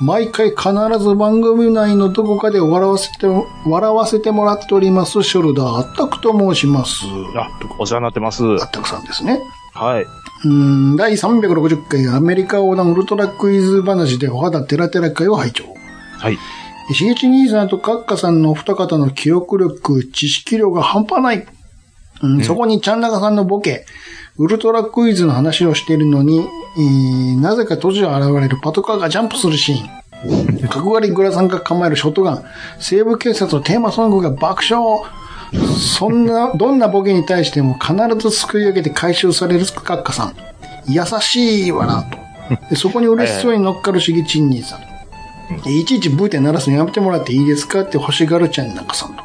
Speaker 3: 毎回必ず番組内のどこかで笑わせて、笑わせてもらっております、ショルダーアッタクと申します。
Speaker 2: あ、お世話になってます。
Speaker 3: ア
Speaker 2: は
Speaker 3: ッタクさんですね。
Speaker 2: い。
Speaker 3: うーん、第360回アメリカ横断ウルトラクイズ話でお肌テラテラ会を拝聴。
Speaker 2: はい。
Speaker 3: しげち兄さんとカッカさんのお二方の記憶力、知識量が半端ない。うんそこにちゃんなかさんのボケ、ウルトラクイズの話をしているのに、えーなぜか突如現れるパトカーがジャンプするシーン。角刈りグラさんが構えるショットガン。西部警察のテーマソングが爆笑。そんな、どんなボケに対しても必ず救い上げて回収されるカッカさん。優しいわなと。でそこに嬉しそうに乗っかるしぎちん兄さん。いちいちブーテン鳴らすのやめてもらっていいですかって欲しがるちゃんなんかさんと。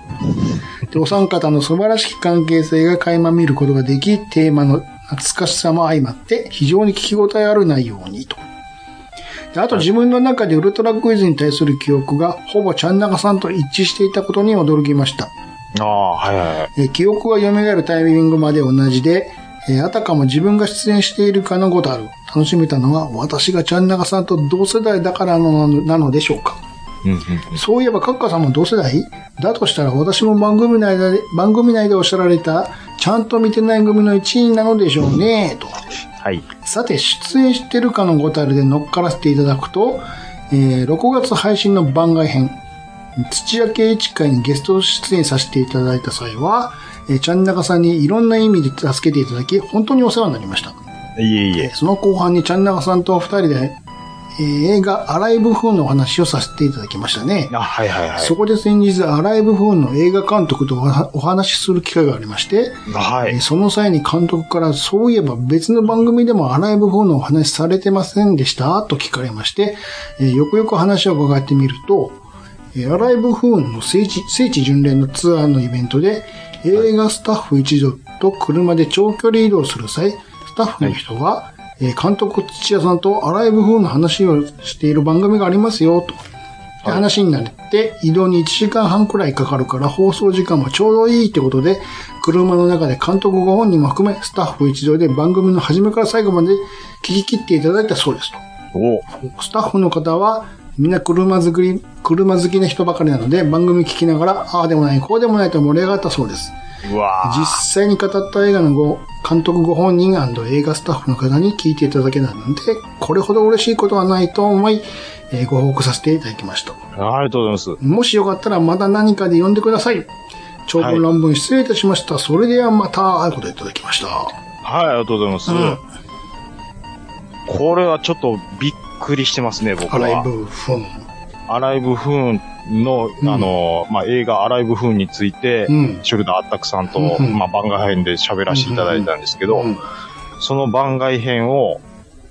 Speaker 3: で、お三方の素晴らしき関係性が垣間見ることができ、テーマの懐かしさも相まって、非常に聞き応えある内容にと。であと自分の中でウルトラクイズに対する記憶が、ほぼちゃんなかさんと一致していたことに驚きました。
Speaker 2: ああ、はいはいはい。
Speaker 3: えー記憶が蘇るタイミングまで同じで、えーあたかも自分が出演しているかのごとある。楽しめたのは、私がちゃんなかさんと同世代だからのなのでしょうか。
Speaker 2: うんうん。
Speaker 3: そういえば、カッカさんも同世代だとしたら、私も番組内で、番組内でおっしゃられた、ちゃんと見てない組の一員なのでしょうね、と。
Speaker 2: はい。
Speaker 3: さて、出演してるかのごたるで乗っからせていただくと、えー6月配信の番外編、土屋圭一会にゲスト出演させていただいた際は、えー、ちゃんなかさんにいろんな意味で助けていただき、本当にお世話になりました。
Speaker 2: いえいえ。
Speaker 3: その後半にちゃんなかさんとお二人で、えー映画、アライブ風のお話をさせていただきましたね。
Speaker 2: あ、はいはいはい。
Speaker 3: そこで先日、アライブフーンの映画監督とお話お話しする機会がありまして、
Speaker 2: は
Speaker 3: えー
Speaker 2: い。
Speaker 3: その際に監督から、そういえば別の番組でもアライブフーンのお話しされてませんでしたと聞かれまして、えーよくよく話を伺ってみると、えーアライブフーンの聖地、聖地巡礼のツアーのイベントで、映画スタッフ一同と車で長距離移動する際、スタッフの人が、えー監督土屋さんとアライブフーンの話をしている番組がありますよ、と。で話になって、移動に1時間半くらいかかるから放送時間もちょうどいいってことで、車の中で監督ご本人も含め、スタッフ一同で番組の初めから最後まで聞き切っていただいたそうですと。
Speaker 2: お
Speaker 3: スタッフの方は、みんな車作り、車好きな人ばかりなので、番組聞きながら、ああでもない、こうでもないと盛り上がったそうです。
Speaker 2: うわ
Speaker 3: 実際に語った映画のご監督ご本人映画スタッフの方に聞いていただけたので、これほど嬉しいことはないと思い、えーご報告させていただきました。
Speaker 2: あありがとうございます。
Speaker 3: もしよかったらまた何かで呼んでください。長文乱文失礼いたしました。それではまた、あいこといただきました。
Speaker 2: はい、ありがとうございます。
Speaker 3: うん
Speaker 2: これはちょっとびっくりしてますね、僕
Speaker 3: ア
Speaker 2: は。
Speaker 3: ライブフォン。
Speaker 2: アライブフーンの、
Speaker 3: うん
Speaker 2: あの、まあ、映画アライブフーンについて、
Speaker 3: うん
Speaker 2: シュルダーアタックさんと、
Speaker 3: うんうん
Speaker 2: まあ、番外編で喋らせていただいたんですけど、
Speaker 3: うん
Speaker 2: その番外編を、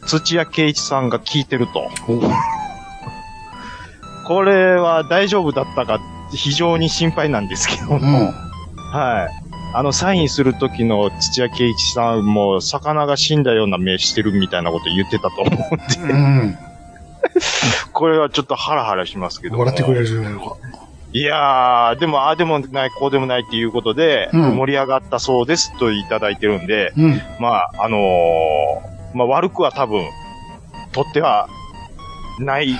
Speaker 2: 土屋圭一さんが聞いてると。これは大丈夫だったか、非常に心配なんですけど
Speaker 3: うん。
Speaker 2: も、はい。あの、サインする時の土屋圭一さんも、魚が死んだような目してるみたいなこと言ってたと 思う。
Speaker 3: うん。
Speaker 2: これはちょっとハラハラしますけども。
Speaker 3: 笑ってくれるじゃないのか。
Speaker 2: いやー、でも、ああでもない、こうでもないっていうことで、
Speaker 3: うん
Speaker 2: 盛り上がったそうですといただいてるんで、
Speaker 3: うん。
Speaker 2: まあ、あの ーまあ、悪くは多分、とっては、ない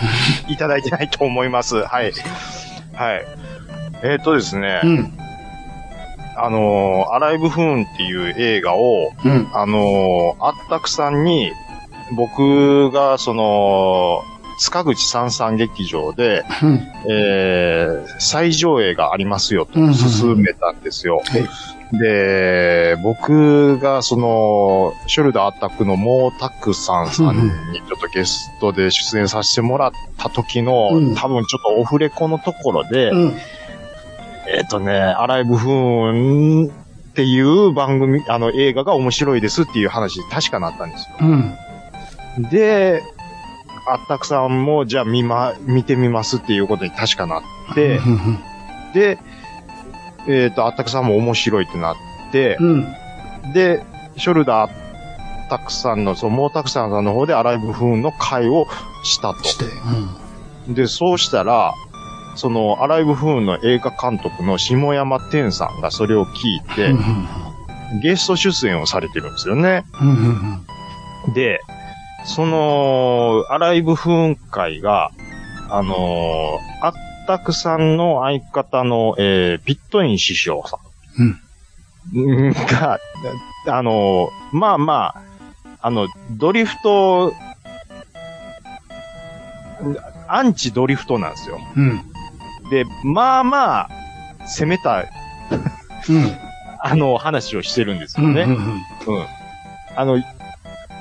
Speaker 2: いただいてないと思います。はい。はい。えーっ、とですね、
Speaker 3: うん。
Speaker 2: あのーアライブフーンっていう映画を、
Speaker 3: うん。
Speaker 2: あのーあったくさんに、僕が、その、塚口三三劇場で、
Speaker 3: うん。
Speaker 2: えー再上映がありますよと
Speaker 3: うんうんうん
Speaker 2: 勧めたんですよ。
Speaker 3: はい。
Speaker 2: で、僕がその、ショルダーアタックのモータックさんさんにちょっとゲストで出演させてもらった時の、
Speaker 3: うん
Speaker 2: 多分ちょっとオフレコのところで、
Speaker 3: うん。
Speaker 2: えっ、とね、アライブフーンっていう番組、あの映画が面白いですっていう話確かなったんですよ。
Speaker 3: うん。
Speaker 2: で、あったくさんもじゃあ見ま、見てみますっていうことに確かなって、
Speaker 3: うんうん
Speaker 2: で、えっ、と、あったくさんも面白いってなって、
Speaker 3: うん。
Speaker 2: で、ショルダーたくさんの、その、もうたくさんさんの方でアライブフーンの会をしたと。
Speaker 3: して。う
Speaker 2: で、そうしたら、その、アライブフーンの映画監督の下山天さんがそれを聞いて、
Speaker 3: ん。
Speaker 2: ゲスト出演をされてるんですよね。
Speaker 3: うん。うん。うん。
Speaker 2: で、その、アライブフーン会が、あのーあったくさんの相方の、えー、ピットイン師匠さん。うん。が、あのーまあまあ、あの、ドリフト、アンチドリフトなんですよ。
Speaker 3: うん。
Speaker 2: で、まあまあ、攻めた、
Speaker 3: うん。
Speaker 2: あの、話をしてるんです
Speaker 3: う
Speaker 2: よ
Speaker 3: ん。
Speaker 2: ね。
Speaker 3: うん。
Speaker 2: うん。あの、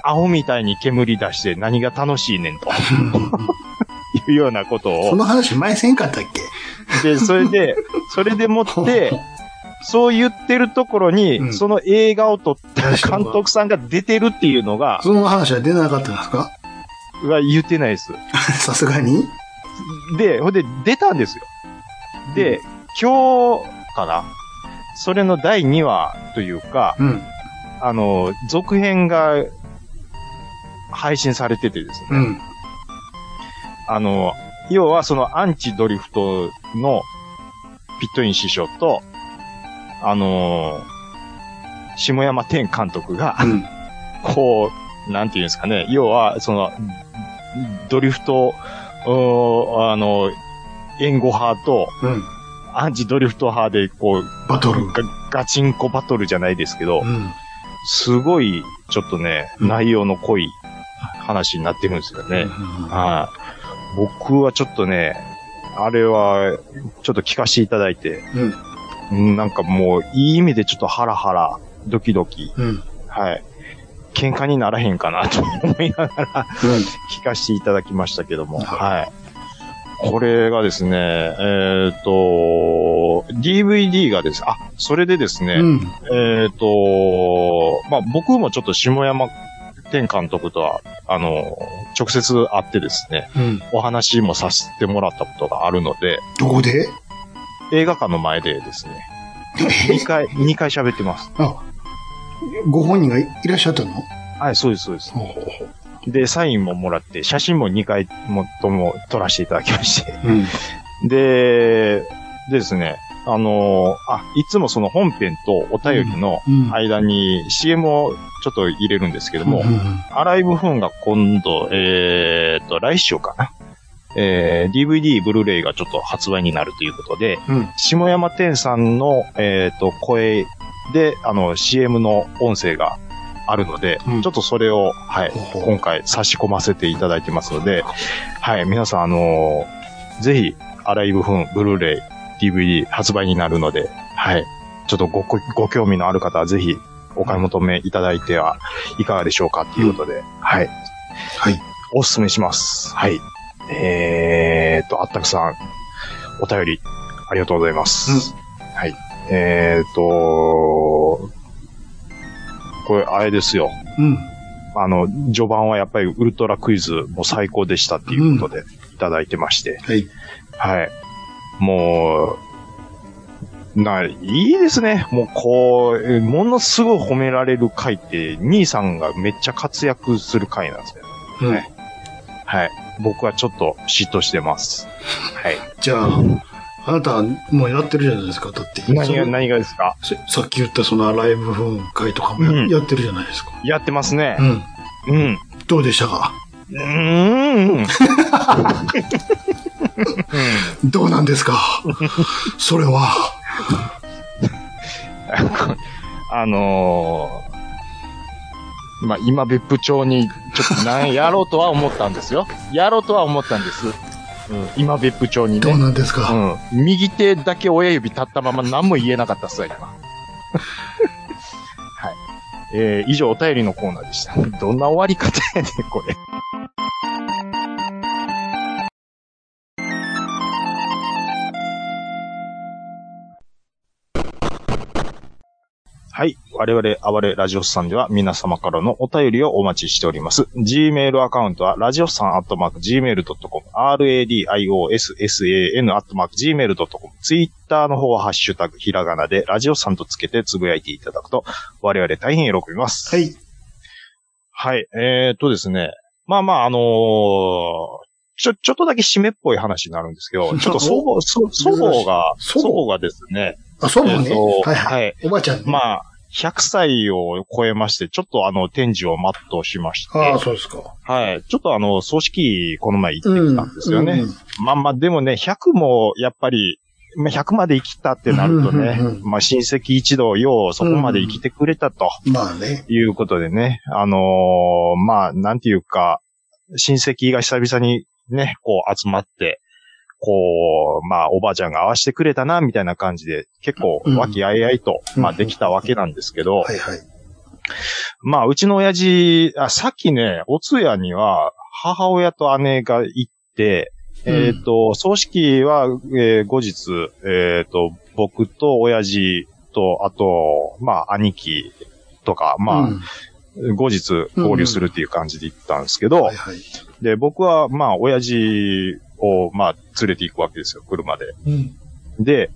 Speaker 2: アホみたいに煙出して何が楽しいねん というようなこと
Speaker 3: こ
Speaker 2: を。
Speaker 3: の話前せんかったっけ
Speaker 2: で、それで、それでも って、そう言ってるところに、
Speaker 3: うん
Speaker 2: その映画を撮った
Speaker 3: 大将が
Speaker 2: 監督さんが出てるっていうのが、
Speaker 3: その話は出なかったんですか
Speaker 2: は言ってないです。
Speaker 3: さすがに
Speaker 2: で、ほんで出たんですよ。で、今日かなそれの第2話というか、
Speaker 3: うん。
Speaker 2: あの、続編が配信されててですね。
Speaker 3: うん。
Speaker 2: あの、要はそのアンチドリフトのピットイン師匠と、あのー下山天監督が、
Speaker 3: うん。
Speaker 2: こう、なんていうんですかね、要はその、ドリフト、うーあの、援護派と
Speaker 3: うん。
Speaker 2: アンチドリフト派で、こう、
Speaker 3: バトル。うん。
Speaker 2: ガガチンコバトルじゃないですけど、すごい、ちょっとね、
Speaker 3: うん
Speaker 2: 内容の濃い話になってるんですよね。はい。僕はちょっとね、あれは、ちょっと聞かせていただいて、
Speaker 3: うん。
Speaker 2: うんなんかもう、いい意味でちょっとハラハラ、ドキドキ、
Speaker 3: うん。
Speaker 2: はい。喧嘩にならへんかなと思いながら聞かせていただきましたけども、はい。これがですね、えっ、と、DVD がです、あ、それでですね、
Speaker 3: うん。
Speaker 2: えっ、と、まあ、僕もちょっと下山天監督とは、あの、直接会ってですね、
Speaker 3: うん。
Speaker 2: お話もさせてもらったことがあるので、
Speaker 3: どこで
Speaker 2: 映画館の前でですね、2回、2回 喋ってます。
Speaker 3: あ、ご本人がいらっしゃったの
Speaker 2: はい、そうです、そうです。で、サインももらって、写真も2回もとも撮らせていただきまして。
Speaker 3: うん。
Speaker 2: で、ですね、あのあ、いつもその本編とお便りの
Speaker 3: うん。い。
Speaker 2: 間に CM をちょっと入れるんですけども、
Speaker 3: う
Speaker 2: アライブフーンが今度、えー、と、来週かな。えー、DVD、ブルーレイがちょっと発売になるということで、
Speaker 3: うん
Speaker 2: 下山天さんの、えー、と、声で、あの、CM の音声があるので、
Speaker 3: うん
Speaker 2: ちょっとそれを、はい、
Speaker 3: ほうほう
Speaker 2: 今回差し込ませていただいてますので、はい、皆さん、あのーぜひ、アライブフーン、ブルーレイ、DVD 発売になるので、はい、ちょっとごこ、ご興味のある方はぜひ、お買い求めいただいてはいかがでしょうかっていうことで、はい。
Speaker 3: はい。
Speaker 2: おすすめします。はい。えーっと、あったくさん、お便り、ありがとうございます。はい。えーっと、これ、あれですよ。
Speaker 3: ん。
Speaker 2: あの、序盤はやっぱりウルトラクイズも最高でしたっていうことで、いただいてまして、
Speaker 3: はい。
Speaker 2: はい。もう、な、いいですね。もうこう、えものすごい褒められる回って、兄さんがめっちゃ活躍する回なんですよ。
Speaker 3: うん。
Speaker 2: はい。僕はちょっと嫉妬してます。 はい。
Speaker 3: じゃあ、あなたもうやってるじゃないですか。だって、
Speaker 2: 何が、何がですか
Speaker 3: ささっき言ったそのアライブフーン会とかもや,、
Speaker 2: うん
Speaker 3: ってるじゃないですか。
Speaker 2: やってますね
Speaker 3: う。ん。
Speaker 2: うん。
Speaker 3: どうでしたか
Speaker 2: うー ん。
Speaker 3: どうなんですかそれは。
Speaker 2: あのー、まあ、今、別府町に、ちょっとなんやろうとは思ったんですよ。 やろうとは思ったんです。うん、今、別府町に
Speaker 3: どう
Speaker 2: ね。
Speaker 3: なんですか、
Speaker 2: うん。右手だけ親指立ったまま何も言えなかったっすわ、今。 はい。えー、以上、お便りのコーナーでした。どんな終わり方やねん、これ。はい。我々、あわれラジオスさんでは皆様からのお便りをお待ちしております。Gmail アカウントは、ラジオスさんアットマーク Gmail.com、radiossan アットマーク Gmail.com、Twitter の方はハッシュタグ、ひらがなで、ラジオさんとつけてつぶやいていただくと、我々大変喜びます。
Speaker 3: はい。
Speaker 2: はい。えー、っとですね。まあまあ、あのーちょ、ちょっとだけ締めっぽい話になるんですけ ど、ちょっと祖母、そ祖母が、
Speaker 3: 祖
Speaker 2: 祖
Speaker 3: 母
Speaker 2: 母がですね、
Speaker 3: あ、そうも
Speaker 2: えーっ
Speaker 3: ね。
Speaker 2: と
Speaker 3: はいはい。
Speaker 2: はい。
Speaker 3: おばあちゃんね。
Speaker 2: まあ、100歳を超えまして、ちょっとあの、展示を全うしまして、
Speaker 3: ああ、そうですか。
Speaker 2: はい。ちょっとあの、葬式、この前行って
Speaker 3: う
Speaker 2: き
Speaker 3: ん。
Speaker 2: たんですよね。
Speaker 3: うん
Speaker 2: まあまあ、でもね、100も、やっぱり、まあ100まで生きたってなるとね、
Speaker 3: うんうんう
Speaker 2: まあ親戚一同、ようそこまで生きてくれたと
Speaker 3: まあね。
Speaker 2: いうことでね、あのーまあ、なんていうか、親戚が久々にね、こう集まって、こう、まあ、おばあちゃんが合わせてくれたな、みたいな感じで、結構、和気あいあいと、
Speaker 3: うん
Speaker 2: まあ、できたわけなんですけど、
Speaker 3: はいはい。
Speaker 2: まあ、うちの親父、あ、さっきね、お通夜には、母親と姉が行って、えっ、と、葬式は、えー後日、えっ、と、僕と親父と、あと、まあ、兄貴とか、
Speaker 3: う
Speaker 2: ま
Speaker 3: ん
Speaker 2: あ、後日合流するっていう感じで行ったんですけど、
Speaker 3: はいはい。
Speaker 2: で、僕は、まあ、親父を、まあ、連れて行くわけですよ、車で。
Speaker 3: うん。
Speaker 2: で、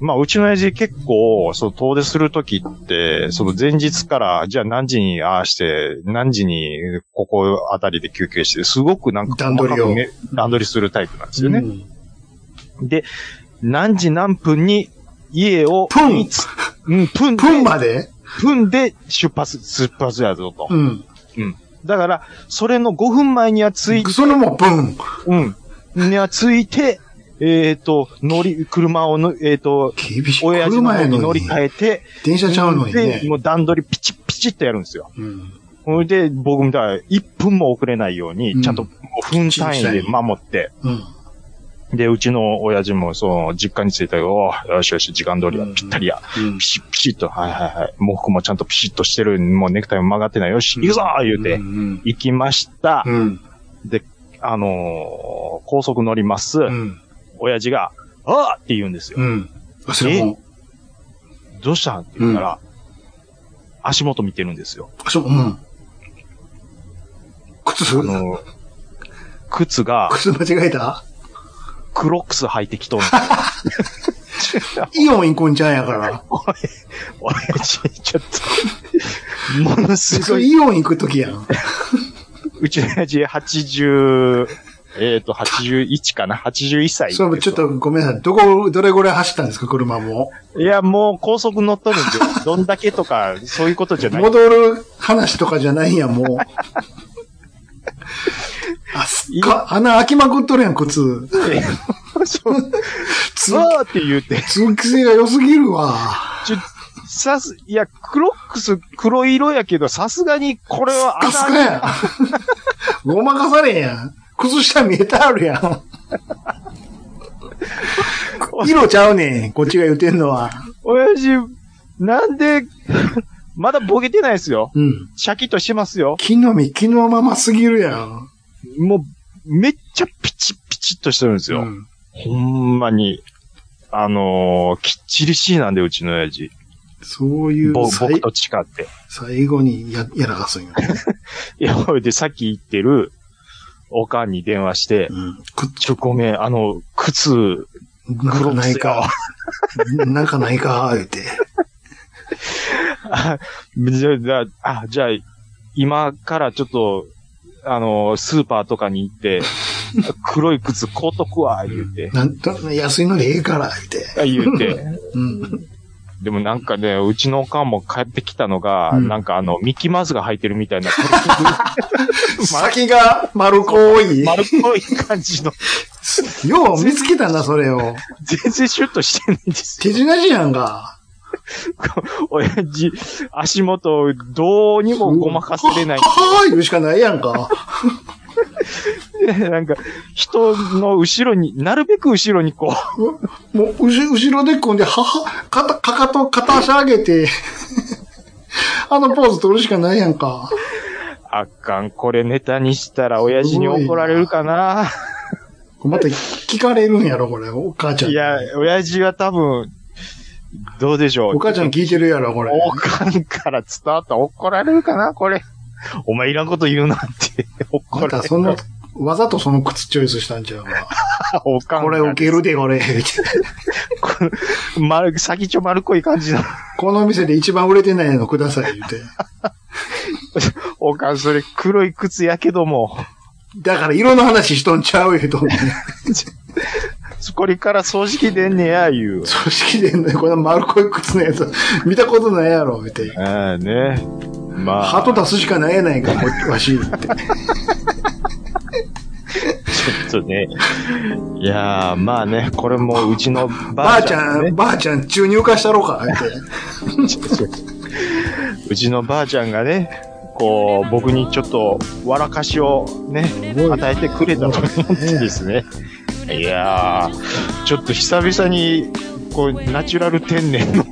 Speaker 2: まあ、うちの親父結構、その遠出するときって、その前日から、じゃあ何時にああして、何時にここあたりで休憩して、すごくなんか
Speaker 3: 段取りを
Speaker 2: 細かくめ段取りするタイプなんですよ
Speaker 3: う
Speaker 2: ね。
Speaker 3: ん
Speaker 2: で、何時何分に家を、
Speaker 3: プン
Speaker 2: につうん、プンで、
Speaker 3: プンまで
Speaker 2: プンで出発、出発やぞと
Speaker 3: う。ん。
Speaker 2: だから、それの5分前には着い
Speaker 3: そのもうプン。
Speaker 2: うん。には着いて、えっ、と、乗り、車をの、えっ、と、
Speaker 3: 厳しい。
Speaker 2: 親父の
Speaker 3: 車
Speaker 2: 方
Speaker 3: や
Speaker 2: に
Speaker 3: の
Speaker 2: 乗り
Speaker 3: に。
Speaker 2: 換えて、
Speaker 3: 電車ちゃうのに
Speaker 2: で、
Speaker 3: ね。
Speaker 2: もう段取りピチッピチッとやるんですよ。
Speaker 3: うん。
Speaker 2: ほいで、僕みたいに1分も遅れないよう
Speaker 3: うん
Speaker 2: に、ちゃんともう分単位で守って、
Speaker 3: うん。
Speaker 2: で、うちの親父も、その、実家に着いたよ、おうよしよし、時間通りや、ぴったりや、
Speaker 3: うん
Speaker 2: ピシッピシッと、はいはいはい、もう服もちゃんとピシッとしてる、もうネクタイも曲がってない、よし、行くぞ言う
Speaker 3: う
Speaker 2: て、
Speaker 3: ん。
Speaker 2: 行きました
Speaker 3: う。ん。
Speaker 2: あのー高速乗ります。
Speaker 3: うん。
Speaker 2: 親父が、あーって言うんですよ。
Speaker 3: うん。忘れ物。
Speaker 2: どうしたんって言ったら、足元見てるんですよ。
Speaker 3: そう、うん。靴
Speaker 2: あの、靴が
Speaker 3: 靴間違えた
Speaker 2: クロックス履いてきと んの。
Speaker 3: イオンインコンちゃん やから。
Speaker 2: 親父、ちょっと、ものす
Speaker 3: そ
Speaker 2: ご
Speaker 3: れ
Speaker 2: い、
Speaker 3: イオン行くときやん。
Speaker 2: うちの親父80、えっ、と、81かな ?81歳。
Speaker 3: それちょっ。とごめんなさい。どこ、どれぐらい走ったんですか、車も。
Speaker 2: いや、もう高速乗っと るんで、どんだけとか、そういうことじゃない。
Speaker 3: 戻る話とかじゃないん や、もう。あ、すっか、穴開きまくっとるやん、靴。
Speaker 2: そう、
Speaker 3: つ
Speaker 2: わーって言うて、
Speaker 3: 通気性が良すぎ るわ。
Speaker 2: ちょ、さす、いや、クロックス黒色やけど、さすがにこれは
Speaker 3: カスカやん。ごまかされんやん。靴下見えたあるやん。色ちゃうねん、こっちが言うてんのは。
Speaker 2: 親父、なんで、まだボケてないですよ。
Speaker 3: うん。
Speaker 2: シャキッとしてますよ。
Speaker 3: 木の実、木のまますぎるやん。
Speaker 2: もう、めっちゃピチピチっとしてるんですよ。
Speaker 3: うん
Speaker 2: ほんまに。あのー、きっちりしいなんで、うちの親父。
Speaker 3: そういう
Speaker 2: ぼ
Speaker 3: さい
Speaker 2: 僕と違って。
Speaker 3: 最後にややらかすんよ。
Speaker 2: いや、ほいで、さっき言ってる、おかんに電話して
Speaker 3: う、 ん。くっ
Speaker 2: ちょ、ごめん、あの、靴、
Speaker 3: なんかないか。 なんかないか、言うて。
Speaker 2: あ、じゃじゃあ、じゃあ、今からちょっと、あのー、スーパーとかに行 って、黒い靴買うとくわ、言うて、
Speaker 3: なんと、安いのでええから、言う
Speaker 2: 言
Speaker 3: て。
Speaker 2: うて、
Speaker 3: うん。
Speaker 2: でもなんかね、うちのおかんも帰ってきたのが、
Speaker 3: うん
Speaker 2: なんかあの、ミッキーマウスが入ってるみた いな、
Speaker 3: 先が丸っこい。
Speaker 2: 丸っこい感じの、
Speaker 3: よう見つけたな、それを。
Speaker 2: 全然シュッとしてないんです
Speaker 3: 手品じやんか。
Speaker 2: よ。親父、足元をどうにもごまかせれない。
Speaker 3: はーい、言うしかないやんか。
Speaker 2: なんか、人の後ろに、なるべく後ろにこう、
Speaker 3: もう、うし後ろで組んで、はは、かた、かかと、片足上げて、 あのポーズ取るしかないやんか。
Speaker 2: あかん、これネタにしたら親父に怒られるかな。
Speaker 3: また聞かれるんやろ、これ。お母ちゃん。
Speaker 2: いや、親父は多分、どうでしょう。
Speaker 3: お母ちゃん聞いてるやろ、これ。
Speaker 2: おかんから伝わったら怒られるかなこれ。お前いらんこと言うなって。怒
Speaker 3: ま
Speaker 2: ら
Speaker 3: た
Speaker 2: れ
Speaker 3: そ
Speaker 2: る。
Speaker 3: の、わざとその靴チョイスしたんち ゃうか。
Speaker 2: おかん
Speaker 3: これ
Speaker 2: が
Speaker 3: 受けるで、これ。
Speaker 2: 丸、先っちょ丸っこい感じの。
Speaker 3: この店で一番売れてないのください、言うて。
Speaker 2: おかん、それ黒い靴やけども、
Speaker 3: だから色の話しとんちゃうよ、と思うね。
Speaker 2: これから掃除機出んねや、言う。
Speaker 3: 組織でね、この丸っこい靴のやつ、見たことないやろ、言うて。
Speaker 2: ああね。まあ。
Speaker 3: ハト出すしかないやないか、こわし、って。
Speaker 2: ちょっとね。いやー、まあね、これもうちの
Speaker 3: ば
Speaker 2: ば
Speaker 3: あ
Speaker 2: あ
Speaker 3: ち
Speaker 2: ちゃ
Speaker 3: ゃ
Speaker 2: ん、ね
Speaker 3: ん、。ばあちゃん中入化したろか、言うて。
Speaker 2: うちのばあちゃんがね、こう、僕にちょっと、笑かしをね、与えてくれたと思ってですね。いやー、ちょっと久々に、こう、ナチュラル天然の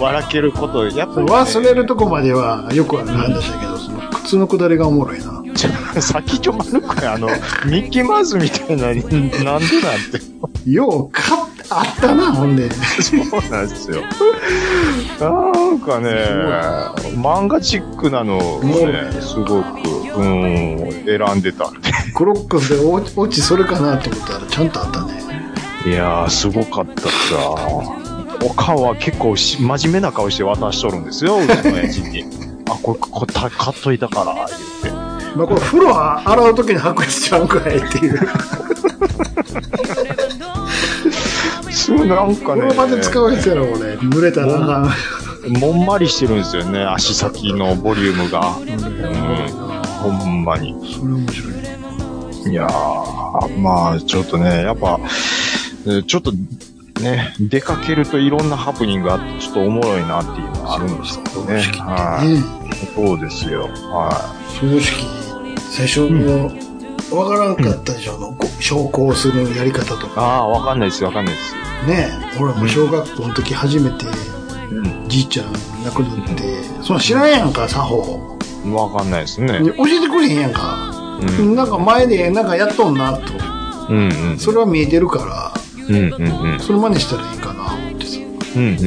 Speaker 2: 笑けること、やっぱり、ね、
Speaker 3: 忘れるとこまではよくある話だけど、その靴のくだりがおもろいな。
Speaker 2: ちょ 先っちょ丸くないあの、ミッキーマウスみたいな、なんでなんて。
Speaker 3: よう、か、あったな、ほんで。
Speaker 2: そうなんですよ。なんかね、漫画チックなのをね、すごく、うん、選んでたんで。
Speaker 3: クロックスでお落ちそれかなと思ったら、ちゃんとあったね。
Speaker 2: いやー、すごかったさ。おかんは結構し真面目な顔して渡しとるんですよ、うちの親父に。あ、これ、これ、た買っといたから、言って。
Speaker 3: まあ、これ風呂は洗うときに白熱ちゃうんかいっていう。
Speaker 2: すぐなんか
Speaker 3: 風
Speaker 2: ね
Speaker 3: 呂、場で使うやつやろ、これ。濡れたらあか
Speaker 2: もんまりしてるんですよね、足先のボリュームが。うん、ほんまに。
Speaker 3: ん。それ面白い。
Speaker 2: いやー、まあ、ちょっとね、やっぱ、えーちょっと、ね、出かけるといろんなハプニングがあって、ちょっとおもろいなっていうのはあるんですけどね。はい。
Speaker 3: ね
Speaker 2: そうですよ。は
Speaker 3: 葬式、最初の、わからんかったでしょ、あの、こう昇降するやり方と
Speaker 2: い。あ
Speaker 3: か。
Speaker 2: あ、わかんないです、わかんないです。
Speaker 3: ね俺も小学校の時初めて、
Speaker 2: う
Speaker 3: じいちゃん亡くなって、その知らんやんか、作法。
Speaker 2: ん。わかんないですね。
Speaker 3: で教えてくれへんやんか。
Speaker 2: うん。
Speaker 3: なんか前で、なんかやっとんな、と。
Speaker 2: うんうん。
Speaker 3: それは見えてるから、
Speaker 2: うんうんうん。
Speaker 3: それ真似したらいいかな、思ってさ。
Speaker 2: うんうん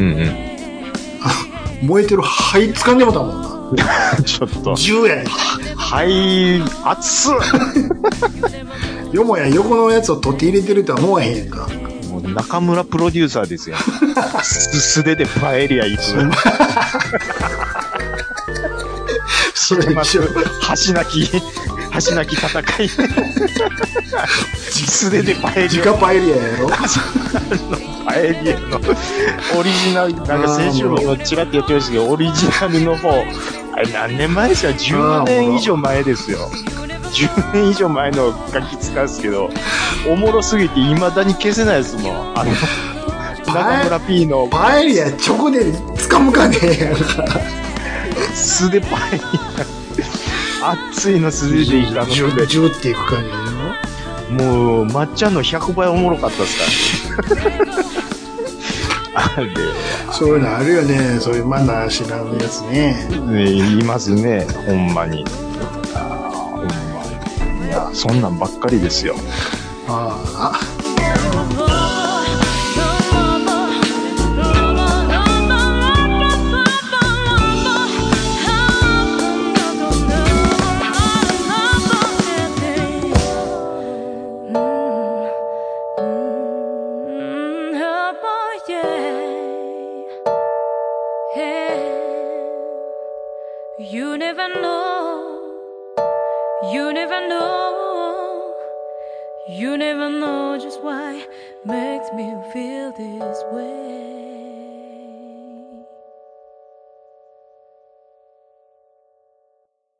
Speaker 2: うん。
Speaker 3: 燃えてる灰掴んでもたもんな。
Speaker 2: ちょっと、
Speaker 3: 銃やねん。
Speaker 2: はい、熱っ
Speaker 3: よもや横のやつを取って入れてるとは思わへんやんか。
Speaker 2: もう中村プロデューサーですよ。す素手でパエリア行く。
Speaker 3: それ一緒。
Speaker 2: 橋なき、橋なき戦い。素手でパエリ
Speaker 3: 自
Speaker 2: ア。
Speaker 3: 家パエリアやろ
Speaker 2: パエリアの オリジナル、なんか先週もちらっとやってましたけど、オリジナルの方、あれ何年前ですか ?10 年以上前ですよ。10年以上前のガキ使うんですけど、おもろすぎて未だに消せないですもん。あ の、中村 P の
Speaker 3: パエリアチョコで掴むかねえやんか。
Speaker 2: 素 手パエリア。熱いの素手でいったの
Speaker 3: ジュ
Speaker 2: で
Speaker 3: ッ、ジュッっていく感じや
Speaker 2: もう、まっちゃんの100倍おもろかったです から、ね。
Speaker 3: ろそういうのあるよね。そういうマナー知らんやつね。
Speaker 2: あれ、ね、いますね、ほんまに。あーほんまに。いや、そんなんばっかりですよ。
Speaker 3: あ
Speaker 7: You never know, you never know. You never know just why makes me feel this way.